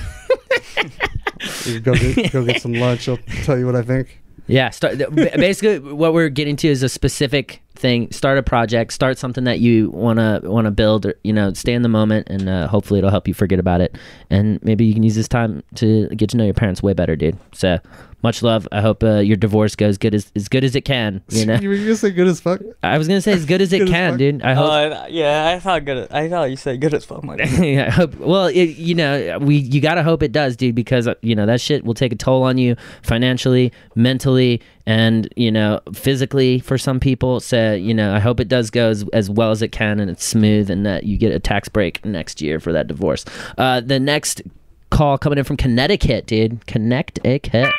Speaker 2: You go get, go get some lunch i'll tell you what i think
Speaker 1: Yeah, start, th- ba- basically what we're getting to is a specific thing. Start a project, start something that you wanna wanna build. Or, you know, stay in the moment, and uh, hopefully it'll help you forget about it. And maybe you can use this time to get to know your parents way better, dude. So much love. I hope uh, your divorce goes good as as good as it can. You know,
Speaker 2: you were gonna say good as fuck
Speaker 1: I was gonna say as good as it
Speaker 2: Good as
Speaker 1: can,
Speaker 2: fuck.
Speaker 1: dude. I hope.
Speaker 3: Uh, yeah, I thought good. I thought you said good as fuck. Mike.
Speaker 1: Yeah, I hope. Well, it, you know, we you gotta hope it does, dude, because uh, you know that shit will take a toll on you financially, mentally, and you know physically for some people. So you know, I hope it does go as, as well as it can and it's smooth, and that you get a tax break next year for that divorce. Uh, the next call coming in from Connecticut, dude. Connecticut.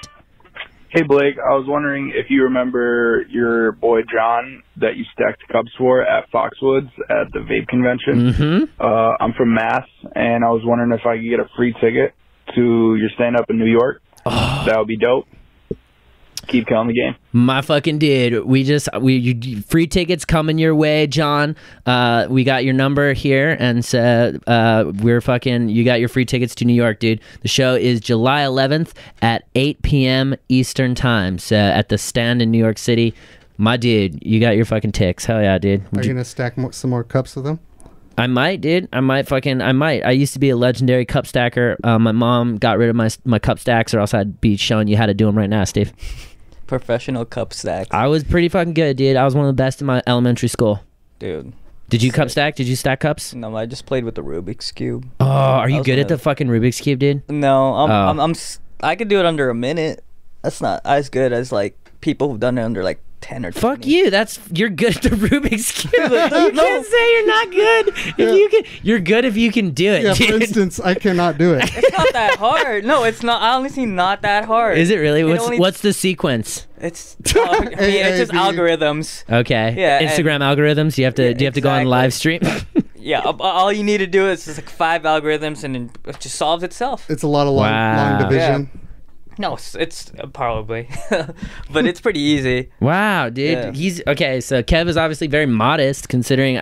Speaker 6: Hey Blake, I was wondering if you remember your boy John that you stacked cups for at Foxwoods at the vape convention.
Speaker 1: Mm-hmm.
Speaker 6: Uh, I'm from Mass, and I was wondering if I could get a free ticket to your stand up in New York. That would be dope. Keep killing the game.
Speaker 1: My fucking dude, we just we you, free tickets coming your way, John. Uh, we got your number here, and so uh, we're fucking. You got your free tickets to New York, dude. The show is July 11th at 8 p.m. Eastern time. So at the stand in New York City, my dude, you got your fucking ticks. Hell yeah, dude.
Speaker 2: are you gonna stack mo- some more cups with him
Speaker 1: I might, dude. I might fucking. I might. I used to be a legendary cup stacker. Uh, my mom got rid of my my cup stacks, or else I'd be showing you how to do them right now, Steve.
Speaker 3: Professional cup stack,
Speaker 1: I was pretty fucking good, dude. I was one of the best in my elementary school.
Speaker 3: dude.
Speaker 1: Did you cup stack? Did you stack cups?
Speaker 3: No, I just played with the Rubik's cube.
Speaker 1: Oh, are you
Speaker 3: was
Speaker 1: good
Speaker 3: one
Speaker 1: at the
Speaker 3: of-
Speaker 1: fucking Rubik's cube, dude?
Speaker 3: No, I'm,
Speaker 1: Oh.
Speaker 3: I'm, I'm, si could do it under a minute. That's not as good as like people who've done it under like ten or
Speaker 1: Fuck you. That's you're good at the Rubik's cube. you can't say you're not good if you can. You're good if you can do it.
Speaker 2: Yeah, for
Speaker 1: dude.
Speaker 2: instance, I cannot do it.
Speaker 3: It's not that hard. No, it's not. Honestly, not that hard.
Speaker 1: Is it really? What's
Speaker 3: only-
Speaker 1: what's the sequence?
Speaker 3: It's. I mean, it's just
Speaker 2: A, A, B.
Speaker 3: algorithms.
Speaker 1: Okay.
Speaker 3: Yeah, and-
Speaker 1: Instagram algorithms. You have to. do you have to go on
Speaker 3: exactly.
Speaker 1: live stream?
Speaker 3: Yeah, a- all you need to do is just like five algorithms, and then it just solves itself.
Speaker 2: It's a lot of long,
Speaker 1: Wow.
Speaker 2: long division.
Speaker 3: No, it's, it's uh, probably, but it's pretty easy.
Speaker 1: wow, dude.
Speaker 3: Yeah.
Speaker 1: He's okay. So Kev is obviously very modest, considering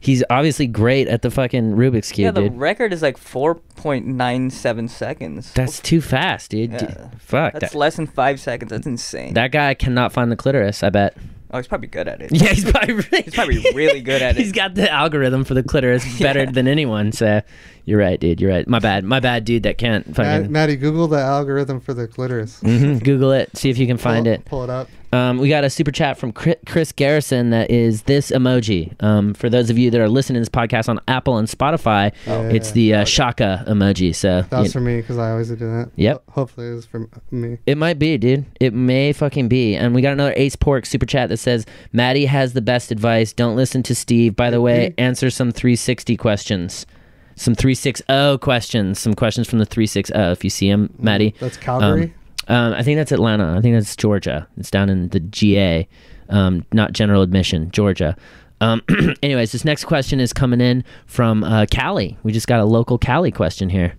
Speaker 1: he's obviously great at the fucking Rubik's cube,
Speaker 3: Yeah, the
Speaker 1: dude.
Speaker 3: record is like four point nine seven seconds.
Speaker 1: That's too fast, dude. D-
Speaker 3: Yeah.
Speaker 1: Fuck.
Speaker 3: That's
Speaker 1: That,
Speaker 3: less than five seconds. That's insane.
Speaker 1: that guy cannot find the clitoris. I bet.
Speaker 3: oh, he's probably good at it.
Speaker 1: Yeah, he's probably really,
Speaker 3: He's probably really good at it.
Speaker 1: He's got the algorithm for the clitoris better than anyone. So you're right, dude. You're right. My bad. My bad, dude. That can't
Speaker 2: Matt-
Speaker 1: fucking
Speaker 2: Maddie, Google the algorithm for the clitoris.
Speaker 1: Mhm. Google it. See if you can find
Speaker 2: pull,
Speaker 1: it.
Speaker 2: Pull it up.
Speaker 1: Um, we got a super chat from Chri- Chris Garrison that is this emoji. Um, for those of you that are listening to this podcast on Apple and Spotify, it's the uh, shaka emoji. So
Speaker 2: Oh, That was
Speaker 1: you-
Speaker 2: for me because I always do that.
Speaker 1: Yep.
Speaker 2: Ho- Hopefully, it was for me.
Speaker 1: It might be, dude. It may fucking be. And we got another Ace Pork super chat that says, Maddie has the best advice. Don't listen to Steve. By the way,
Speaker 2: Mm-hmm.
Speaker 1: answer some 360 questions. Some 360 questions. Some questions from the 360 if you see him, Maddie.
Speaker 2: Mm, That's Calgary.
Speaker 1: Um, um, I think that's Atlanta. I think that's Georgia. It's down in the GA, um, not general admission, Georgia. Um, anyways, this next question is coming in from uh, Cali. We just got a local Cali question here.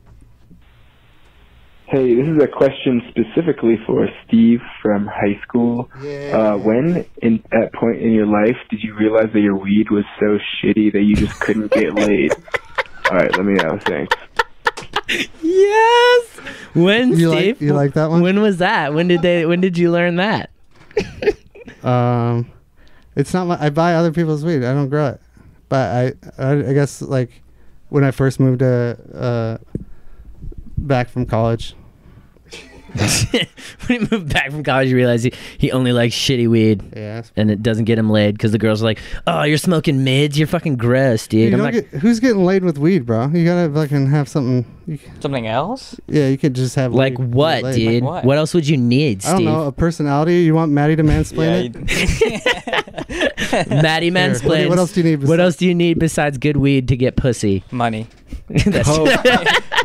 Speaker 10: Hey, this is a question specifically for Steve from high school. Uh, when, in, at point in your life, did you realize that your weed was so shitty that you just couldn't get laid? All right, let me know. Thanks.
Speaker 1: Yes. When
Speaker 2: you
Speaker 1: Steve?
Speaker 2: like you like that one?
Speaker 1: When was that? When did they? When did you learn that?
Speaker 2: Um, it's not my. I buy other people's weed. I don't grow it, but I, I, I guess like when I first moved to uh, back from college.
Speaker 1: when he moved back from college, you realized he, he only likes shitty weed,
Speaker 2: Yeah.
Speaker 1: and it doesn't get him laid because the girls are like, "Oh, you're smoking mids. You're fucking gross, dude."
Speaker 2: You
Speaker 1: I'm
Speaker 2: don't
Speaker 1: like,
Speaker 2: get, who's getting laid with weed, bro? You gotta fucking have something. You,
Speaker 3: Something else?
Speaker 2: yeah, you could just have
Speaker 1: like
Speaker 2: weed and get
Speaker 1: what,
Speaker 2: laid.
Speaker 1: dude?
Speaker 3: what?
Speaker 1: else would you need,
Speaker 2: I don't
Speaker 1: Steve?
Speaker 2: know a personality. You want Maddie to mansplain it?
Speaker 3: you-
Speaker 1: Maddie
Speaker 2: Here,
Speaker 1: Man's plays.
Speaker 2: What, what else do you need?
Speaker 1: What else do you need besides good weed to get pussy?
Speaker 3: money,
Speaker 1: That's-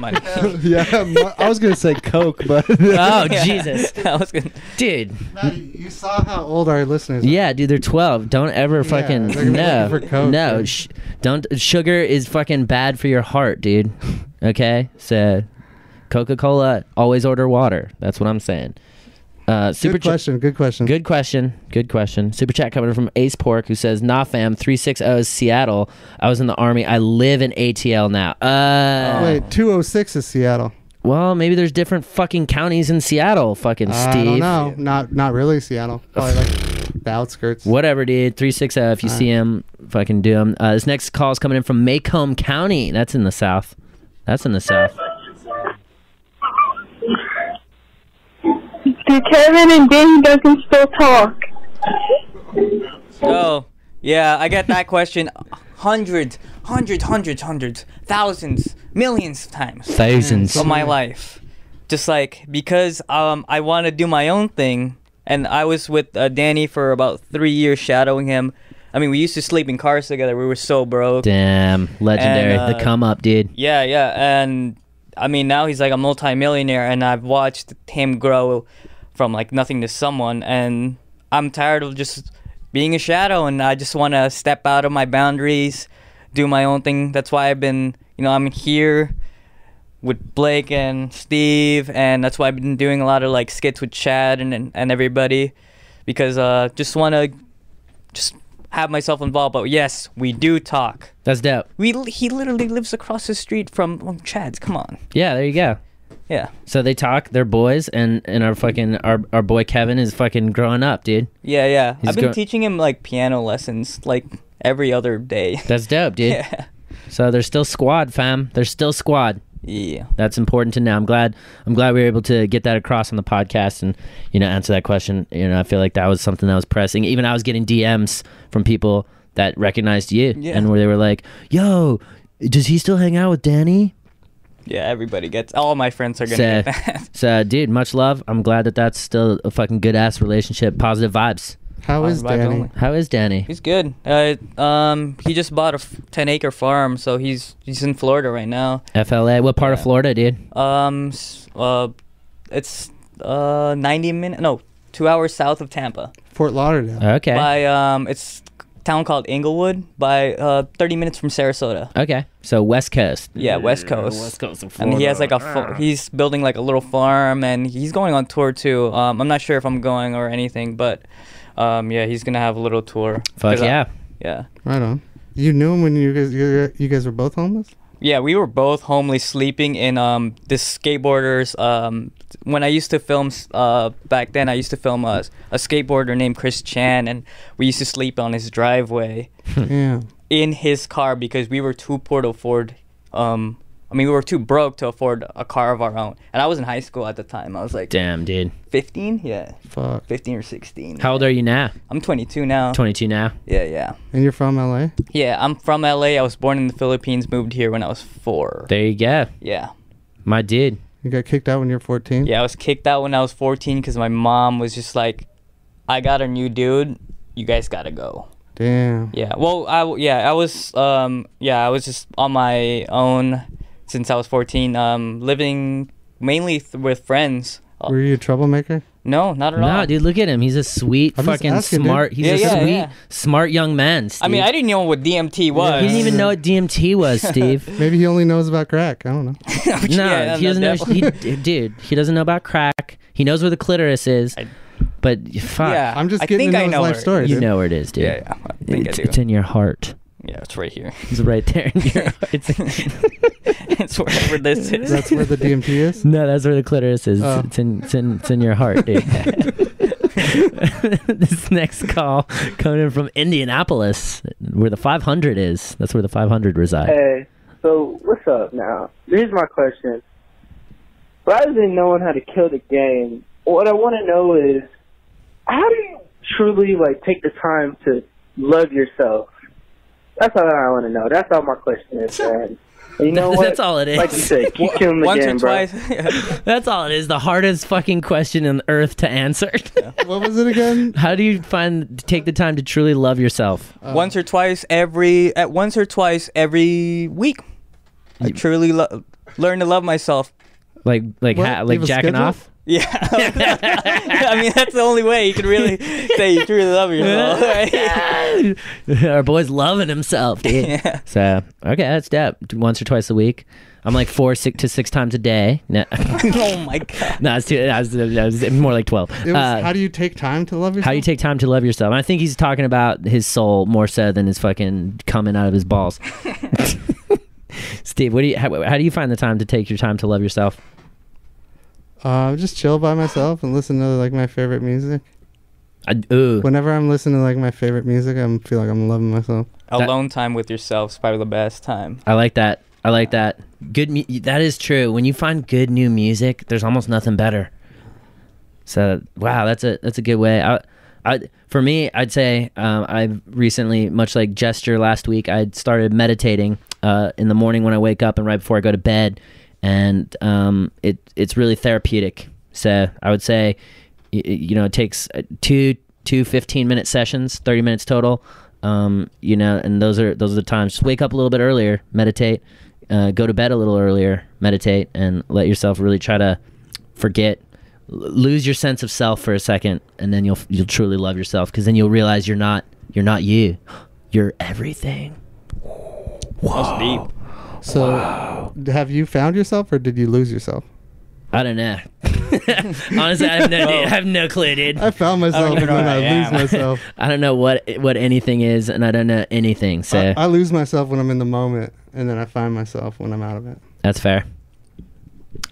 Speaker 3: money.
Speaker 9: yeah, mu- I was gonna say Coke, but
Speaker 1: oh Jesus,
Speaker 3: I was gonna.
Speaker 1: dude.
Speaker 2: Maddie, you saw how old our listeners. are.
Speaker 1: Yeah, dude, they're 12. Don't ever fucking
Speaker 2: they're gonna be
Speaker 1: no.
Speaker 2: looking for coke,
Speaker 1: no,
Speaker 2: dude.
Speaker 1: sh- don't sugar is fucking bad for your heart, dude. Okay? So Coca-Cola, always order water. That's what I'm saying. Uh super
Speaker 2: Good
Speaker 1: chat.
Speaker 2: question. Good question.
Speaker 1: Good question. Good question. Super chat coming from Ace Pork who says, "Nah fam, 360 is Seattle. I was in the army. I live in ATL now." Uh
Speaker 2: Wait, two oh six is Seattle.
Speaker 1: well, maybe there's different fucking counties in Seattle, fucking
Speaker 2: I
Speaker 1: Steve.
Speaker 2: don't know. Not not really Seattle. Probably like the outskirts.
Speaker 1: Whatever, dude. Three six. Uh, if you see him, fucking do him. Uh, this next call is coming in from Macomb County. That's in the south. That's in the south.
Speaker 8: Do Kevin and Danny Duncan still talk?
Speaker 3: Oh, yeah, I get that question hundreds, hundreds, hundreds, hundreds, thousands, millions of times
Speaker 1: Thousands.
Speaker 3: of my life. Just like because um I want to do my own thing, and I was with uh, Danny for about three years shadowing him. I mean, we used to sleep in cars together. We were so broke.
Speaker 1: Damn, legendary.
Speaker 3: And, uh,
Speaker 1: the come up, dude.
Speaker 3: Yeah, yeah, and I mean now he's like a multimillionaire, and I've watched him grow from like nothing to someone, and I'm tired of just being a shadow, and I just want to step out of my boundaries, do my own thing. That's why I've been, you know, I'm here with Blake and Steve, and that's why I've been doing a lot of like skits with Chad and and, and everybody, because uh, just want to just have myself involved. But yes, we do talk.
Speaker 1: That's dope.
Speaker 3: We li- he literally lives across the street from well, Chad's. Come on,
Speaker 1: Yeah, there you go.
Speaker 3: yeah,
Speaker 1: So they talk. They're boys, and and our fucking our our boy Kevin is fucking growing up, dude.
Speaker 3: yeah, yeah.
Speaker 1: He's
Speaker 3: I've been
Speaker 1: go-
Speaker 3: teaching him like piano lessons like every other day.
Speaker 1: That's dope, dude.
Speaker 3: yeah,
Speaker 1: So they're still squad, fam. They're still squad.
Speaker 3: yeah.
Speaker 1: That's important to know. I'm glad. I'm glad we were able to get that across on the podcast and you know answer that question. You know, I feel like that was something that was pressing. Even I was getting DMs from people that recognized you
Speaker 3: Yeah.
Speaker 1: and where they were like, "Yo, does he still hang out with Danny?"
Speaker 3: Yeah, everybody gets. All my friends are gonna
Speaker 1: So,
Speaker 3: get that.
Speaker 1: so, dude, much love. I'm glad that that's still a fucking good ass relationship. Positive vibes.
Speaker 2: How
Speaker 3: Fine
Speaker 2: is
Speaker 3: vibes
Speaker 2: Danny?
Speaker 3: only.
Speaker 1: How is Danny?
Speaker 3: He's good. Uh, um, he just bought a f- ten acre farm, so he's he's in Florida right now.
Speaker 1: FLA. What part of Florida, dude?
Speaker 3: Um, s- uh, it's uh ninety minute no two hours south of Tampa.
Speaker 2: Fort Lauderdale.
Speaker 3: Uh,
Speaker 1: Okay.
Speaker 3: By um, it's a town called Inglewood. By uh, thirty minutes from Sarasota.
Speaker 1: Okay. So West Coast.
Speaker 3: Yeah, West Coast.
Speaker 1: West Coast of
Speaker 3: And he has like
Speaker 1: Florida. Ah.
Speaker 3: a fa- he's building like a little farm, and he's going on tour too. Um, I'm not sure if I'm going or anything, but um, yeah, he's gonna have a little tour.
Speaker 1: Fuck
Speaker 3: 'Cause I-
Speaker 1: yeah.
Speaker 3: yeah.
Speaker 2: Right on. You knew him when you guys you, you guys were both homeless.
Speaker 3: Yeah, we were both homely sleeping in um this skateboarders um when I used to film uh back then I used to film a, a skateboarder named Chris Chan and we used to sleep on his driveway
Speaker 2: yeah.
Speaker 3: in his car because we were too poor to afford um I mean we were too broke to afford a car of our own and I was in high school at the time I was like
Speaker 1: Damn, dude.
Speaker 3: 15 yeah
Speaker 2: Fuck.
Speaker 3: 15 or 16
Speaker 1: How old are you now?
Speaker 3: I'm 22 now
Speaker 1: 22 now.
Speaker 3: yeah yeah
Speaker 2: And you're from LA.
Speaker 3: yeah I'm from LA I was born in the Philippines moved here when I was 4
Speaker 1: There you go.
Speaker 3: yeah
Speaker 1: My dude.
Speaker 2: You got kicked out when you're 14.
Speaker 3: Yeah, I was kicked out when I was 14 because my mom was just like, "I got a new dude. You guys gotta go."
Speaker 2: Damn.
Speaker 3: Yeah. Well, I w- yeah I was um yeah I was just on my own since I was 14. Um, living mainly th- with friends. Uh,
Speaker 2: Were you a troublemaker?
Speaker 3: no, not at
Speaker 1: Nah,
Speaker 3: all.
Speaker 1: dude, look at him. He's a sweet,
Speaker 2: I'm just
Speaker 1: fucking
Speaker 2: asking, dude.
Speaker 1: smart. He's
Speaker 3: Yeah,
Speaker 1: a
Speaker 3: yeah,
Speaker 1: sweet,
Speaker 3: yeah.
Speaker 1: smart young man. Steve.
Speaker 3: I mean, I didn't know what DMT was.
Speaker 1: He didn't even know what DMT was, Steve.
Speaker 2: Maybe he only knows about crack. I don't know.
Speaker 1: no,
Speaker 3: Yeah,
Speaker 1: he
Speaker 3: no,
Speaker 1: doesn't know. He,
Speaker 3: definitely.
Speaker 1: dude, he doesn't know about crack. He knows where the clitoris is, but fuck,
Speaker 3: Yeah,
Speaker 2: I'm just
Speaker 3: I
Speaker 2: getting
Speaker 3: think
Speaker 2: to
Speaker 3: I
Speaker 2: know his
Speaker 3: know
Speaker 2: life
Speaker 3: her.
Speaker 2: story.
Speaker 1: you
Speaker 2: dude.
Speaker 1: know where it is, dude.
Speaker 3: Yeah, yeah, I think I
Speaker 1: it's,
Speaker 3: do.
Speaker 1: it's in your heart.
Speaker 3: Yeah, it's right here.
Speaker 1: It's right there. In your, it's,
Speaker 3: it's wherever this is.
Speaker 2: That's where the DMT is.
Speaker 1: no, that's where the clitoris is.
Speaker 2: Oh.
Speaker 1: It's, in, it's in it's in your heart, dude. this next call coming in from Indianapolis, where the 500 is. That's where the 500 reside.
Speaker 11: Hey, so what's up now? Here's my question. Rather than knowing how to kill the game, what I want to know is how do you truly like take the time to love yourself? That's all I want to know. That's all my question is, man. And you know what?
Speaker 1: That's all it is.
Speaker 11: Like you said, keep killing the
Speaker 3: Once
Speaker 11: game,
Speaker 3: or
Speaker 11: bro.
Speaker 3: twice.
Speaker 1: That's all it is. The hardest fucking question on earth to answer.
Speaker 2: What was it again?
Speaker 1: How do you find take the time to truly love yourself?
Speaker 3: once or twice every at once or twice every week. I truly lo- learn to love myself.
Speaker 1: Like like
Speaker 2: What?
Speaker 1: ha-
Speaker 2: You
Speaker 1: like
Speaker 2: have a
Speaker 1: jacking
Speaker 2: schedule?
Speaker 1: off?
Speaker 3: Yeah, I mean that's the only way you can really say you truly love yourself. Right?
Speaker 1: Our boy's loving himself, dude.
Speaker 3: Yeah.
Speaker 1: So okay, that's that. Once or twice a week. I'm like four six to six times a day. No,
Speaker 3: oh my god.
Speaker 1: no it's too. That was, that was more like twelve.
Speaker 2: It was,
Speaker 1: Uh,
Speaker 2: how do you take time to love yourself?
Speaker 1: how you take time to love yourself? And I think he's talking about his soul more so than his fucking coming out of his balls. Steve, what do you? How, how do you find the time to take your time to love yourself?
Speaker 2: Uh, just chill by myself and listen to like my favorite music.
Speaker 1: I, ooh,
Speaker 2: Whenever I'm listening to like my favorite music, I'm feel like I'm loving myself.
Speaker 3: Alone time with yourself is probably the best time.
Speaker 1: I like that. I like that. Good. Mu- that is true. When you find good new music, there's almost nothing better. So wow, that's a that's a good way. I, I for me, I'd say um, I've recently, much like gesture last week, I started meditating uh, in the morning when I wake up and right before I go to bed, and um, it it's really therapeutic. So I would say, y- y- you know, it takes uh, two two 15 minute sessions, 30 minutes total. Um, you know, and those are those are the times. Just wake up a little bit earlier, meditate, uh, go to bed a little earlier, meditate, and let yourself really try to forget L- lose your sense of self for a second and then you'll you'll truly love yourself because then you'll realize you're not you're not you you're everything
Speaker 3: That's deep.
Speaker 2: So, have you found yourself or did you lose yourself?
Speaker 1: i don't know honestly i have no, I have no clue dude
Speaker 2: I found
Speaker 3: I
Speaker 1: Oh,
Speaker 2: myself
Speaker 3: don't
Speaker 2: and
Speaker 3: even
Speaker 2: then
Speaker 3: know
Speaker 2: I
Speaker 3: who I
Speaker 2: lose
Speaker 3: am.
Speaker 2: myself.
Speaker 1: i don't know what what anything is and i don't know anything so
Speaker 2: I, I lose myself when I'm in the moment, and then I find myself when I'm out of it.
Speaker 1: that's fair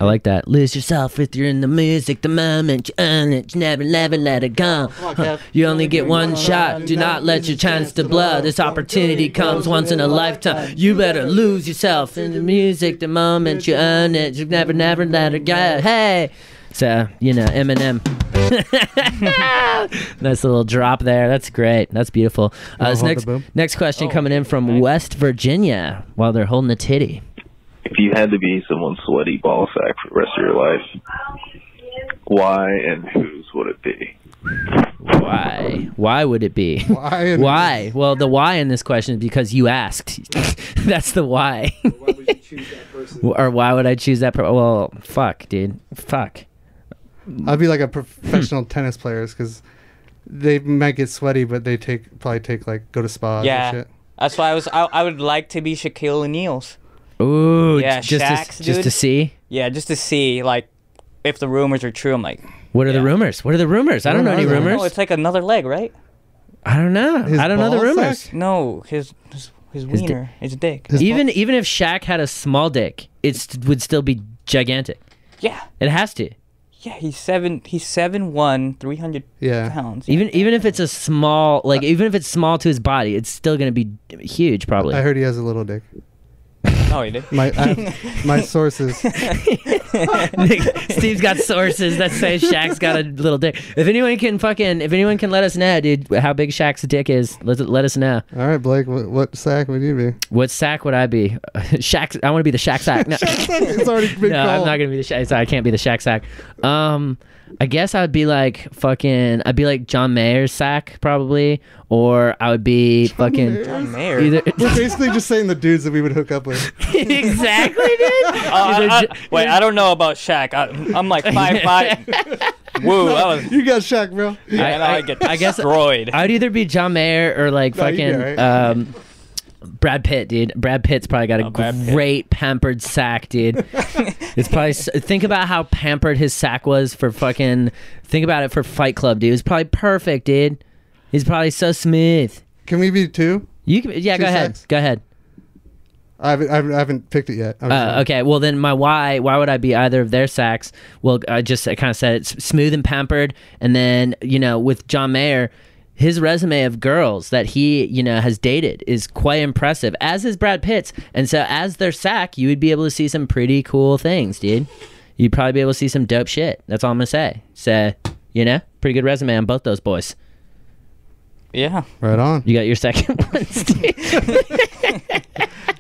Speaker 1: I like that. Lose yourself if you're in the music, the moment you earn it. You never, never let it go.
Speaker 2: on,
Speaker 1: Huh.
Speaker 2: Kev.
Speaker 1: You only get one shot. Do not let your chance to blow. This opportunity comes once in a lifetime. You better lose yourself in the music, the moment you earn it. You never, never let it go. Hey. So, you know, Eminem. nice little drop there. That's great. That's beautiful. Uh,
Speaker 2: Wanna
Speaker 1: this
Speaker 2: hold
Speaker 1: next,
Speaker 2: the boom?
Speaker 1: next
Speaker 2: Oh,
Speaker 1: question coming in from West Virginia while they're holding a titty.
Speaker 12: If you had to be someone's sweaty ball sack for the rest of your life, why and whose would it be?
Speaker 1: Why? Why would it be?
Speaker 2: Why?
Speaker 1: in- why? Well, the why in this question is because you asked. That's the why. why would you choose that person? Or why would I choose that person? Well, fuck, dude. Fuck.
Speaker 2: I'd be like a professional tennis players because they might get sweaty, but they take probably take like go to spas.
Speaker 3: yeah,
Speaker 2: and shit.
Speaker 3: that's why I was. I, I would like to be Shaquille O'Neal's.
Speaker 1: Ooh,
Speaker 3: yeah,
Speaker 1: j- just to,
Speaker 3: Shaq's,
Speaker 1: just to
Speaker 3: dude.
Speaker 1: see.
Speaker 3: Yeah, just to see like if the rumors are true. I'm like,
Speaker 1: What are the rumors? What are the rumors? I don't know any rumors.
Speaker 3: No, it's like another leg, right?
Speaker 1: I don't know. I don't know the rumors.
Speaker 3: No, his his, his
Speaker 1: His di-
Speaker 3: wiener, his dick.
Speaker 1: even even if Shaq had a small dick, it st- would still be gigantic.
Speaker 3: e-, Yeah.
Speaker 1: It has to.
Speaker 3: Yeah, he's seven. He's seven one, three hundred
Speaker 1: Yeah.
Speaker 3: pounds.
Speaker 1: Even even if it's a small like even if it's small to his body, it's still going to be huge probably.
Speaker 2: I heard he has a little dick.
Speaker 3: Oh, he did.
Speaker 2: My I, my sources.
Speaker 1: Nick- Steve's got sources that say Shaq's got a little dick. If anyone can fucking if anyone can let us know, dude, how big Shaq's dick is, let let us know.
Speaker 2: All right, Blake, what, what sack would you be?
Speaker 1: What sack would I be? Shaq. I want to be the Shaq sack. No,
Speaker 2: it's already been
Speaker 1: no I'm
Speaker 2: called.
Speaker 1: not gonna be the Shaq. Sack. I can't be the Shaq sack. Um, I guess I would be like fucking. I'd be like John Mayer's sack probably, or I would be fucking
Speaker 3: John Mayer.
Speaker 1: Either
Speaker 2: We're basically just saying the dudes that we would hook up with.
Speaker 1: exactly, dude.
Speaker 3: Uh, I- I- wait, I don't know about Shaq. I, I'm like five five. Woo, that
Speaker 1: Oh.
Speaker 3: was.
Speaker 2: You got Shaq, bro.
Speaker 3: Yeah, I, I, get destroyed.
Speaker 1: I'd either be John Mayer or like
Speaker 3: No, you'd be
Speaker 1: fucking
Speaker 3: alright.
Speaker 1: um, Brad Pitt, dude. Brad Pitt's probably got a great pampered sack, dude. it's probably s- think about how pampered his sack was for fucking. Think about it for Fight Club, dude. It was probably perfect, dude. He's probably so smooth.
Speaker 2: Can we be two?
Speaker 1: You can, yeah,
Speaker 2: Two
Speaker 1: go ahead,
Speaker 2: sacks?
Speaker 1: go ahead.
Speaker 2: I haven't, I haven't, I haven't picked it yet. I'm
Speaker 1: Uh, okay, well then my why why would I be either of their sacks? Well, I just I kind of said it's smooth and pampered, and then you know with John Mayer, his resume of girls that he you know has dated is quite impressive, as is Brad Pitt's, and so as their sack, you would be able to see some pretty cool things, dude. You'd probably be able to see some dope shit. That's all I'm gonna say. So you know, pretty good resume on both those boys.
Speaker 3: Yeah.
Speaker 2: Right on.
Speaker 1: You got your second one.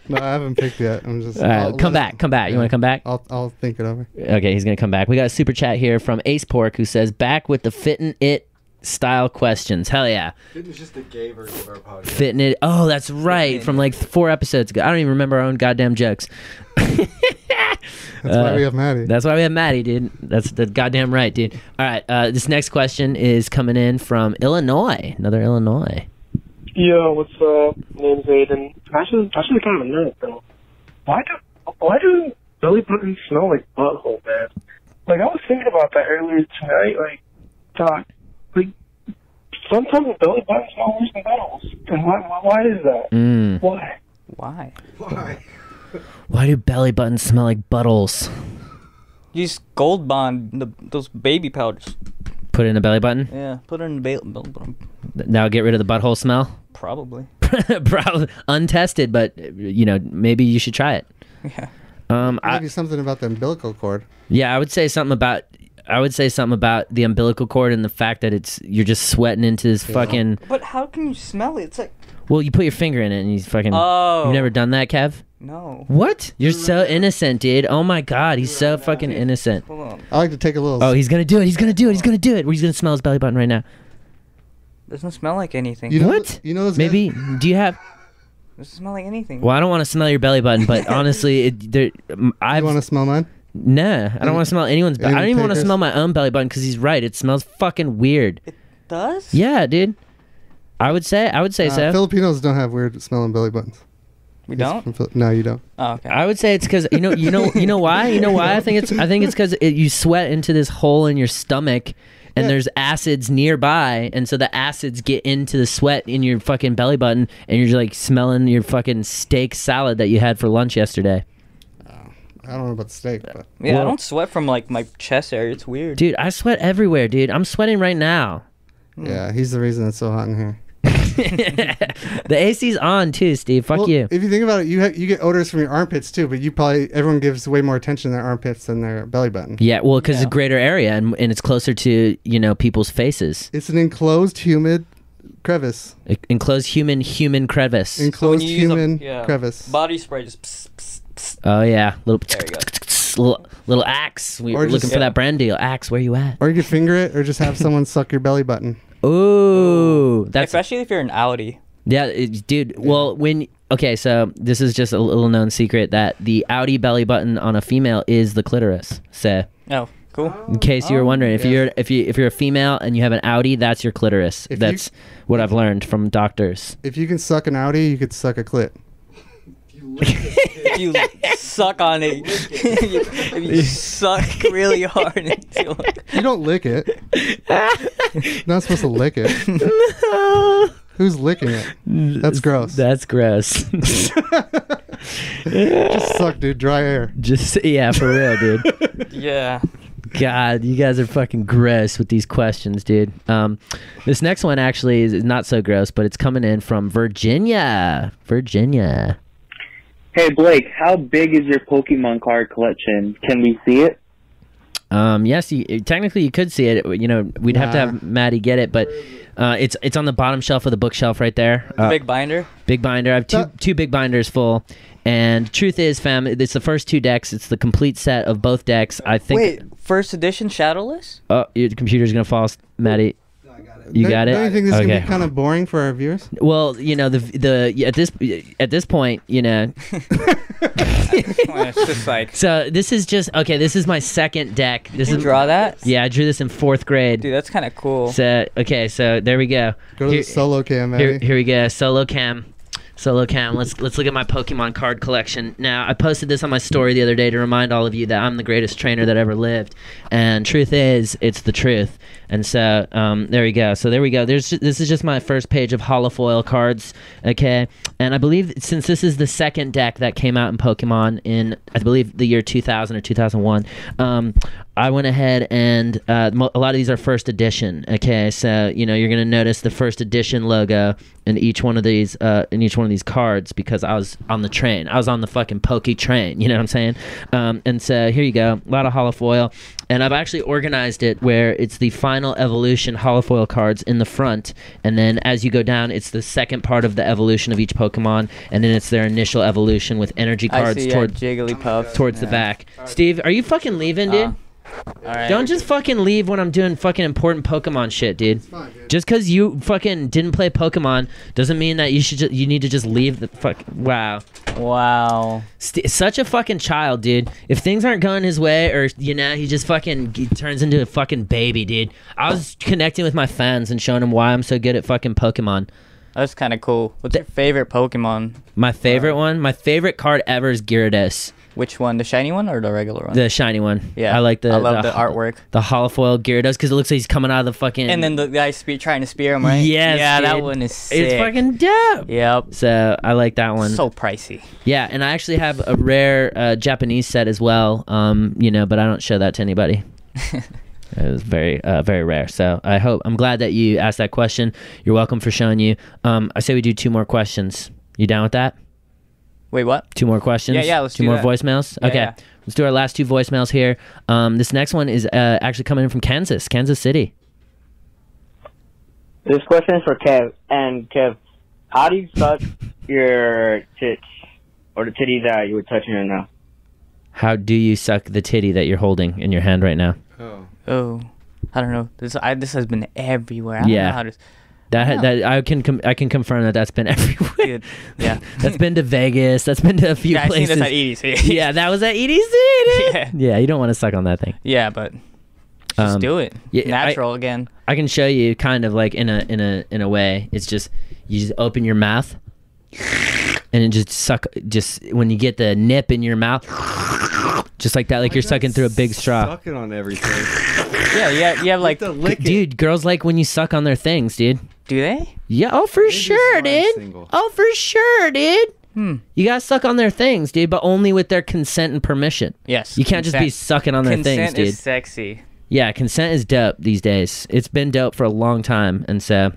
Speaker 2: No, I haven't picked yet. I'm just.
Speaker 1: All right, Oh,
Speaker 2: I'll
Speaker 1: come
Speaker 2: let-
Speaker 1: back, come back. You wanna come back?
Speaker 2: I'll, I'll think it over.
Speaker 1: Okay, he's gonna come back. We got a super chat here from Ace Pork who says, "Back with the fitting it style questions." Hell yeah,
Speaker 9: It was just a gay version of our podcast.
Speaker 1: fitting it. Oh, that's right, from like four episodes ago. I don't even remember our own goddamn jokes. Uh,
Speaker 2: That's why we have Maddie.
Speaker 1: That's why we have Maddie, dude. That's the goddamn right, dude. All right, uh, this next question is coming in from Illinois. Another Illinois.
Speaker 13: Yo, what's up? My name's Aiden. Actually, actually kind of a nerd though. Why do why do Billy Buttons smell like butthole, man? Like I was thinking about that earlier tonight. Like, doc, like sometimes Billy Buttons smell worse than buttholes. And why why, why is that?
Speaker 1: Mm.
Speaker 13: Why?
Speaker 3: Why?
Speaker 13: Why?
Speaker 1: Why do belly buttons smell like buttholes?
Speaker 3: Use Gold Bond, the, those baby powders.
Speaker 1: Put it in a belly button.
Speaker 3: Yeah, put it in the baby.
Speaker 1: Now get rid of the butthole smell.
Speaker 3: Probably.
Speaker 1: Probably untested, but you know maybe you should try it.
Speaker 3: Yeah.
Speaker 1: Um, I,
Speaker 2: Maybe something about the umbilical cord.
Speaker 1: Yeah, I would say something about I would say something about the umbilical cord and the fact that it's you're just sweating into this fucking
Speaker 3: But how can you smell it? It's like
Speaker 1: well, you put your finger in it and you fucking
Speaker 3: Oh.
Speaker 1: You've never done that, Kev?
Speaker 3: no.
Speaker 1: What? You're so innocent, dude. Oh my god, he's so fucking innocent.
Speaker 3: Hold on.
Speaker 2: I like to take a little.
Speaker 1: Oh, he's gonna do it. He's gonna do it. He's gonna do it. He's gonna smell his belly button right now.
Speaker 3: Doesn't smell like anything.
Speaker 1: what?
Speaker 2: You know
Speaker 1: Maybe do you have
Speaker 3: Doesn't smell like anything.
Speaker 1: Well, I don't want to smell your belly button, but honestly, it, there, I want
Speaker 2: to smell mine.
Speaker 1: No, I don't want to smell anyone's. Be- I don't
Speaker 2: Anyone
Speaker 1: even want to
Speaker 2: takers?
Speaker 1: smell my own belly button because he's right. It smells fucking weird. It
Speaker 3: does.
Speaker 1: Yeah, dude. I would say. I would say
Speaker 2: Uh,
Speaker 1: so.
Speaker 2: Filipinos don't have weird smelling belly buttons.
Speaker 3: We
Speaker 1: don't?
Speaker 2: no, you don't.
Speaker 3: Oh,
Speaker 1: I would say it's because you know, you know, you know why? You know why? I think it's. I think it's because it, you sweat into this hole in your stomach, and there's acids nearby, and so the acids get into the sweat in your fucking belly button, and you're like smelling your fucking steak salad that you had for lunch yesterday.
Speaker 2: I don't know about the steak, but
Speaker 3: Yeah, I
Speaker 1: Well-
Speaker 3: don't sweat from like my chest area. It's weird.
Speaker 1: Dude, I sweat everywhere, dude. I'm sweating right now. Hmm.
Speaker 2: yeah, he's the reason it's so hot in here.
Speaker 1: The AC's on too, Steve. Fuck
Speaker 2: Well,
Speaker 1: you.
Speaker 2: If you think about it, you ha- you get odors from your armpits too, but you probably everyone gives way more attention to their armpits than their belly button.
Speaker 1: Yeah, well, because it's a greater area and, and it's closer to you know people's faces.
Speaker 2: It's an enclosed, humid crevice.
Speaker 1: E- Enclosed human human crevice.
Speaker 3: So when
Speaker 2: Enclosed
Speaker 3: you use a-
Speaker 2: human
Speaker 3: yeah,
Speaker 2: crevice.
Speaker 3: Body spray just. Pss, pss, pss.
Speaker 1: Oh yeah, little
Speaker 3: There you go.
Speaker 1: little, little axe. We
Speaker 2: Or
Speaker 1: were looking
Speaker 2: just-
Speaker 1: for that brand deal. Axe, where you at?
Speaker 2: Or you could finger it, or just have someone suck your belly button.
Speaker 1: Ooh, that's
Speaker 3: especially if you're an Audi.
Speaker 1: Yeah, it, dude. Well, when okay, so this is just a little known secret that the Audi belly button on a female is the clitoris. So,
Speaker 3: Oh, cool.
Speaker 1: in case you were wondering, if you're if you if you're a female and you have an Audi, that's your clitoris.
Speaker 2: If you-
Speaker 1: that's what I've learned from doctors.
Speaker 2: If you can suck an Audi, you could suck a clit.
Speaker 3: if you suck on it, if you suck really hard into it.
Speaker 2: You don't lick it. You're not supposed to lick it. Who's licking it? That's gross.
Speaker 1: That's gross.
Speaker 2: Just suck, dude. Dry air.
Speaker 1: Just yeah, for real, dude.
Speaker 3: Yeah.
Speaker 1: God, you guys are fucking gross with these questions, dude. Um, this next one actually is, is not so gross, but it's coming in from Virginia. Virginia.
Speaker 7: Hey Blake, how big is your Pokemon card collection? Can we see it?
Speaker 1: Um, yes, you, technically you could see it. You know, we'd have to
Speaker 3: Nah.
Speaker 1: have Maddie get it, but uh, it's it's on the bottom shelf of the bookshelf right there. Uh,
Speaker 3: Big binder.
Speaker 1: Big binder. I have two two big binders full. And truth is, fam, it's the first two decks. It's the complete set of both decks. I think.
Speaker 3: Wait, first edition Shadowless?
Speaker 1: Oh, your computer's gonna fall, s- Maddie. You
Speaker 2: Don't-
Speaker 1: got it.
Speaker 2: Don't you think this is
Speaker 1: okay.
Speaker 2: gonna be kind of boring for our viewers?
Speaker 1: well, you know the the at this at this point, you know.
Speaker 3: Well, it's just like
Speaker 1: So this is just okay. This is my second deck. This
Speaker 3: You
Speaker 1: is
Speaker 3: draw that?
Speaker 1: Yeah, I drew this in fourth grade.
Speaker 3: Dude, that's kind of cool.
Speaker 1: So okay, so there we go.
Speaker 2: Go to the solo cam,
Speaker 1: Here,
Speaker 2: Maddie.
Speaker 1: here we go. Solo cam. Solo cam. Let's let's look at my Pokemon card collection. Now, I posted this on my story the other day to remind all of you that I'm the greatest trainer that ever lived. And truth is, it's the truth. And so, um, there we go. So there we go. There's this is just my first page of holofoil cards. Okay, and I believe since this is the second deck that came out in Pokemon in I believe the year 2000 or 2001, um, I went ahead and uh, mo- a lot of these are first edition. Okay, so you know you're gonna notice the first edition logo in each one of these uh, in each one of these cards because I was on the train. I was on the fucking pokey train. You know what I'm saying? Um, and so here you go, a lot of holofoil, and I've actually organized it where it's the final evolution holofoil cards in the front, and then as you go down, it's the second part of the evolution of each Pokemon, and then it's their initial evolution with energy
Speaker 3: I
Speaker 1: cards
Speaker 3: see, yeah,
Speaker 1: toward
Speaker 3: Jigglypuff. Uh,
Speaker 1: towards the
Speaker 3: Yeah.
Speaker 1: back. Steve, are you fucking leaving, dude?
Speaker 3: Alright.
Speaker 1: Don't just fucking leave when I'm doing fucking important Pokemon shit, dude. Just because you fucking didn't play Pokemon doesn't mean that you should. Ju- you need to just leave the fuck. Wow.
Speaker 3: Wow.
Speaker 1: St- such a fucking child, dude. If things aren't going his way, or you know, he just fucking g- turns into a fucking baby, dude. I was connecting with my fans and showing them why I'm so good at fucking Pokemon.
Speaker 3: That's kind of cool. What's your favorite Pokemon?
Speaker 1: My
Speaker 3: Uh,
Speaker 1: favorite one, my favorite card ever is Gyarados.
Speaker 3: Which one? The shiny one or the regular one?
Speaker 1: The shiny one.
Speaker 3: Yeah,
Speaker 1: I like the.
Speaker 3: I love the artwork.
Speaker 1: The holofoil Gyarados because it looks like he's coming out of the fucking.
Speaker 3: and then the guy spe- trying to spear him, right?
Speaker 1: Yes,
Speaker 3: Yeah, that
Speaker 1: dude.
Speaker 3: one is sick.
Speaker 1: It's fucking dope.
Speaker 3: Yep.
Speaker 1: So I like that one.
Speaker 3: So pricey.
Speaker 1: yeah, and I actually have a rare uh, Japanese set as well. Um, you know, but I don't show that to anybody. It was very, uh, very rare. So I hope I'm glad that you asked that question. You're welcome for showing you. Um, I say we do two more questions. You down with that?
Speaker 3: Wait, what?
Speaker 1: Two more questions.
Speaker 3: Yeah, yeah, let's
Speaker 1: two
Speaker 3: do
Speaker 1: more
Speaker 3: that.
Speaker 1: voicemails.
Speaker 3: Yeah,
Speaker 1: okay,
Speaker 3: yeah.
Speaker 1: let's do our last two voicemails here. Um, this next one is uh, actually coming in from Kansas, Kansas City.
Speaker 14: This question is for Kev. And Kev, how do you suck your tits or the titty that you were touching right now?
Speaker 1: How do you suck the titty that you're holding in your hand right now?
Speaker 3: Oh. Oh. I don't know. This I, this has been everywhere. I don't
Speaker 1: Yeah.
Speaker 3: know how to.
Speaker 1: That
Speaker 3: Yeah.
Speaker 1: that I can com- I can confirm that that's been everywhere.
Speaker 3: Dude, yeah.
Speaker 1: that's been to Vegas. That's been to a few
Speaker 3: Yeah, I seen
Speaker 1: places.
Speaker 3: this at E EDC.
Speaker 1: yeah, that was at EDC. Dude. Yeah. you don't want to suck on that thing.
Speaker 3: Yeah, but just
Speaker 1: Um,
Speaker 3: do it.
Speaker 1: yeah, I-
Speaker 3: Natural again.
Speaker 1: I can show you kind of like in a in a in a way. It's just you just open your mouth and it just suck just when you get the nip in your mouth just like that like you're sucking through a big straw.
Speaker 9: Sucking on everything.
Speaker 3: Yeah, yeah, you have like
Speaker 1: Dude, girls like when you suck on their things, dude.
Speaker 3: Do they?
Speaker 1: Yeah, oh for sure, dude. Oh for sure, dude.
Speaker 3: Hmm.
Speaker 1: You gotta suck on their things, dude, but only with their consent and permission.
Speaker 3: Yes.
Speaker 1: You can't just be
Speaker 3: consent.
Speaker 1: sucking on their things,
Speaker 3: Consent
Speaker 1: dude.
Speaker 3: is sexy.
Speaker 1: Yeah, consent is dope these days. It's been dope for a long time, and so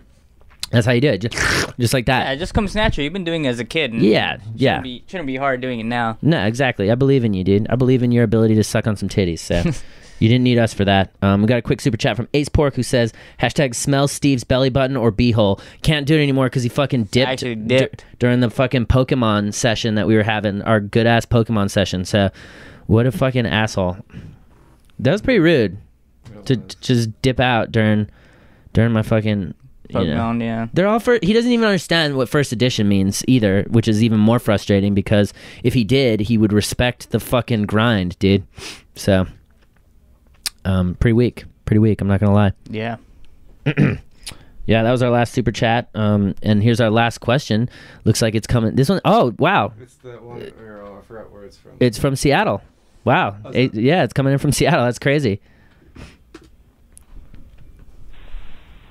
Speaker 1: that's how you do it, just, just like
Speaker 3: Yeah,
Speaker 1: that.
Speaker 3: it just comes natural. You've been doing it as a kid. and
Speaker 1: Yeah,
Speaker 3: it shouldn't
Speaker 1: yeah.
Speaker 3: Be, shouldn't be hard doing it now.
Speaker 1: No, exactly. I believe in you, dude. I believe in your ability to suck on some titties. So you didn't need us for that. Um, we got a quick super chat from Ace Pork who says hashtag smell Steve's belly button or beehole. Can't do it anymore because he fucking dipped,
Speaker 3: actually
Speaker 1: dur-
Speaker 3: dipped.
Speaker 1: during the fucking Pokemon session that we were having, our good ass Pokemon session. So what a fucking asshole. That was pretty rude to to just dip out during during my fucking. You know.
Speaker 3: Pokemon, yeah.
Speaker 1: They're all for. He doesn't even understand what first edition means either, which is even more frustrating because if he did, he would respect the fucking grind, dude. So, um, pretty weak, pretty weak. I'm not gonna lie.
Speaker 3: Yeah.
Speaker 1: yeah, that was our last super chat. Um, and here's our last question. Looks like it's coming. This one, oh wow,
Speaker 9: It's the one. Or, oh, I forgot where it's from.
Speaker 1: it's from Seattle. Wow. It- yeah, it's coming in from Seattle. That's crazy.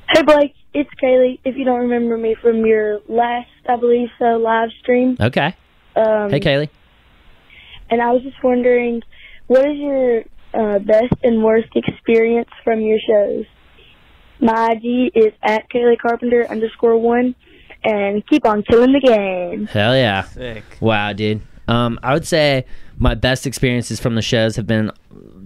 Speaker 8: Hey Blake, it's Kaylee. If you don't remember me from your last, I believe so, live stream.
Speaker 1: Okay.
Speaker 8: Um,
Speaker 1: hey, Kaylee.
Speaker 8: And I was just wondering, what is your uh, best and worst experience from your shows? My ID is at Kaylee Carpenter underscore one, and keep on killing the game.
Speaker 1: Hell yeah.
Speaker 3: Sick.
Speaker 1: Wow, dude. Um, I would say my best experiences from the shows have been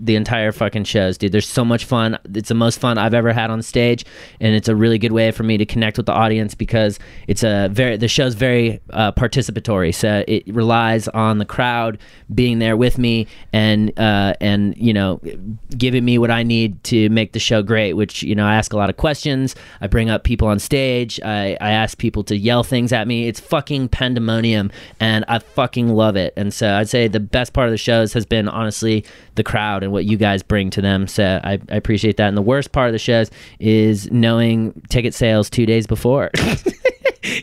Speaker 1: the entire fucking shows, dude. There's so much fun. It's the most fun I've ever had on stage, and it's a really good way for me to connect with the audience because it's a very the show's very uh, participatory. So it relies on the crowd being there with me and uh, and you know giving me what I need to make the show great. Which you know I ask a lot of questions. I bring up people on stage. I I ask people to yell things at me. It's fucking pandemonium, and I fucking love it. And so I'd say the best part of the shows has been honestly the crowd and what you guys bring to them. So I, I appreciate that. And the worst part of the shows is knowing ticket sales two days before.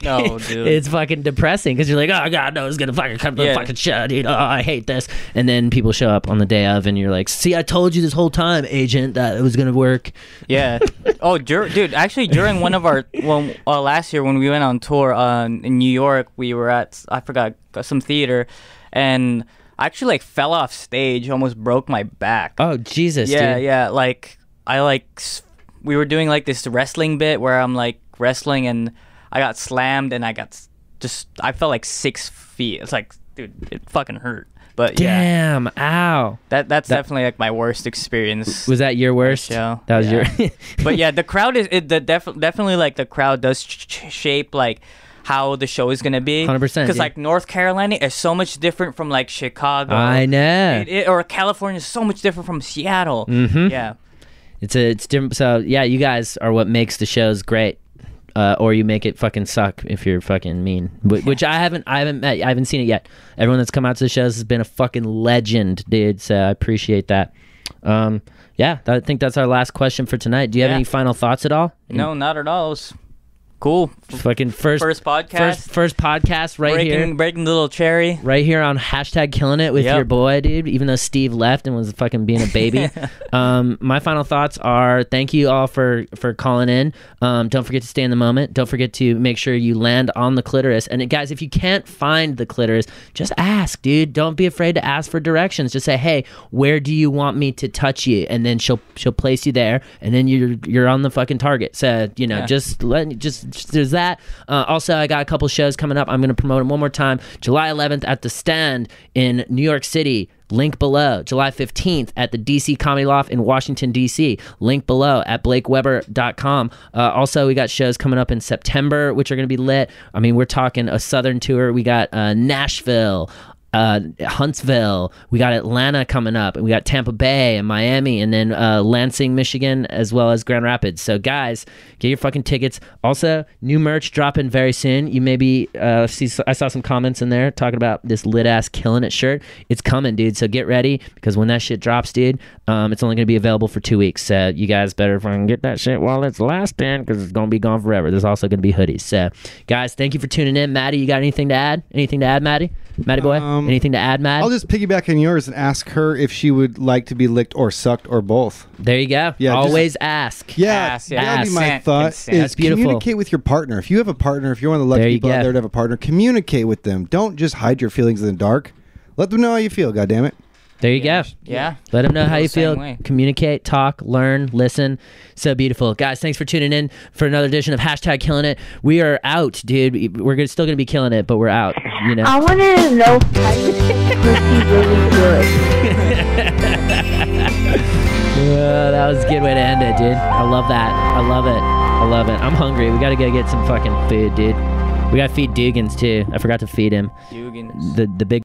Speaker 3: No, dude.
Speaker 1: it's fucking depressing because you're like, oh god, no one's gonna fucking come to
Speaker 3: Yeah.
Speaker 1: the fucking show, dude. Oh, I hate this. And then people show up on the day of, and you're like, see, I told you this whole time, agent, that it was gonna work.
Speaker 3: Yeah. Oh, dur- dude. Actually, during one of our well, uh, last year when we went on tour uh, in New York, we were at I forgot some theater, and I actually like fell off stage, almost broke my back.
Speaker 1: Oh Jesus,
Speaker 3: yeah,
Speaker 1: dude.
Speaker 3: yeah. Like I like s- we were doing like this wrestling bit where I'm like wrestling and I got slammed and I got s- just I felt like six feet. It's like, dude, it fucking hurt. But yeah,
Speaker 1: Damn, ow.
Speaker 3: that that's
Speaker 1: That-
Speaker 3: definitely like my worst experience.
Speaker 1: Was that your worst?
Speaker 3: show.
Speaker 1: That was
Speaker 3: Yeah.
Speaker 1: your.
Speaker 3: but yeah, the crowd is it the def- definitely like the crowd does ch- ch- shape like how the show is gonna be.
Speaker 1: 100%,
Speaker 3: Because
Speaker 1: yeah.
Speaker 3: like North Carolina is so much different from like Chicago.
Speaker 1: I know.
Speaker 3: Um, It, it- or California is so much different from Seattle.
Speaker 1: Mhm.
Speaker 3: Yeah.
Speaker 1: It's a it's different. So yeah, you guys are what makes the shows great, uh, or you make it fucking suck if you're fucking mean. Wh- Which I haven't I haven't met I haven't seen it yet. Everyone that's come out to the shows has been a fucking legend, dude. So I appreciate that. Um, yeah, that, I think that's our last question for tonight. Do you have
Speaker 3: Yeah.
Speaker 1: any final thoughts at all?
Speaker 3: No, not at all. It was cool.
Speaker 1: Fucking Mm. first
Speaker 3: First podcast.
Speaker 1: First, first podcast right
Speaker 3: breaking
Speaker 1: here.
Speaker 3: breaking the little cherry.
Speaker 1: Right here on hashtag killing it with
Speaker 3: Yep.
Speaker 1: your boy, dude. Even though Steve left and was fucking being a baby, um, my final thoughts are: thank you all for for calling in. Um, don't forget to stay in the moment. Don't forget to make sure you land on the clitoris. And guys, if you can't find the clitoris, just ask, dude. Don't be afraid to ask for directions. Just say, hey, where do you want me to touch you? And then she'll she'll place you there, and then you're you're on the fucking target. So you know,
Speaker 3: Yeah.
Speaker 1: just just let just, just there's that. Uh, also, I got a couple shows coming up. I'm going to promote them one more time. July 11th at the Stand in New York City. Link below. July 15th at the DC Comedy Loft in Washington, DC. Link below at blakeweber.com. Uh, also, we got shows coming up in September, which are going to be lit. I mean, we're talking a Southern tour. We got uh, Nashville, uh, Huntsville. We got Atlanta coming up, and we got Tampa Bay and Miami, and then uh, Lansing, Michigan, as well as Grand Rapids. So, guys, get your fucking tickets. Also, new merch dropping very soon. You maybe uh, see. I saw some comments in there talking about this lit ass killing it shirt. It's coming, dude. So get ready because when that shit drops, dude, um, it's only gonna be available for two weeks. So you guys better fucking get that shit while it's lasting because it's gonna be gone forever. There's also gonna be hoodies. So, guys, thank you for tuning in, Maddie. You got anything to add? Anything to add, Maddie? Maddie boy, anything to add, Matt?
Speaker 15: Um, I'll just piggyback on yours and ask her if she would like to be licked or sucked or both.
Speaker 1: There you go.
Speaker 15: Yeah, just-
Speaker 1: Always ask.
Speaker 15: Yeah, that'd be my thought. Is
Speaker 1: That's beautiful.
Speaker 15: Communicate with your partner. If you have a partner, if you're one of the lucky
Speaker 1: There you
Speaker 15: people
Speaker 1: go.
Speaker 15: out there to have a partner, communicate with them. Don't just hide your feelings in the dark. Let them know how you feel. God damn it.
Speaker 1: There you go.
Speaker 3: Yeah.
Speaker 1: Let them know how
Speaker 3: Feel
Speaker 1: you
Speaker 3: the same
Speaker 1: feel.
Speaker 3: way.
Speaker 1: Communicate, talk, learn, listen. So beautiful. Guys, thanks for tuning in for another edition of hashtag killing it. We are out, dude. We're gonna, still going to be killing it, but we're out. You know?
Speaker 8: I wanted to know how you think pussy really
Speaker 1: Uh, that was a good way to end it, dude. I love that. I love it. I love it. I'm hungry. We gotta go get some fucking food, dude. We gotta feed Dugans too. I forgot to feed him.
Speaker 3: Dugans.
Speaker 1: The the big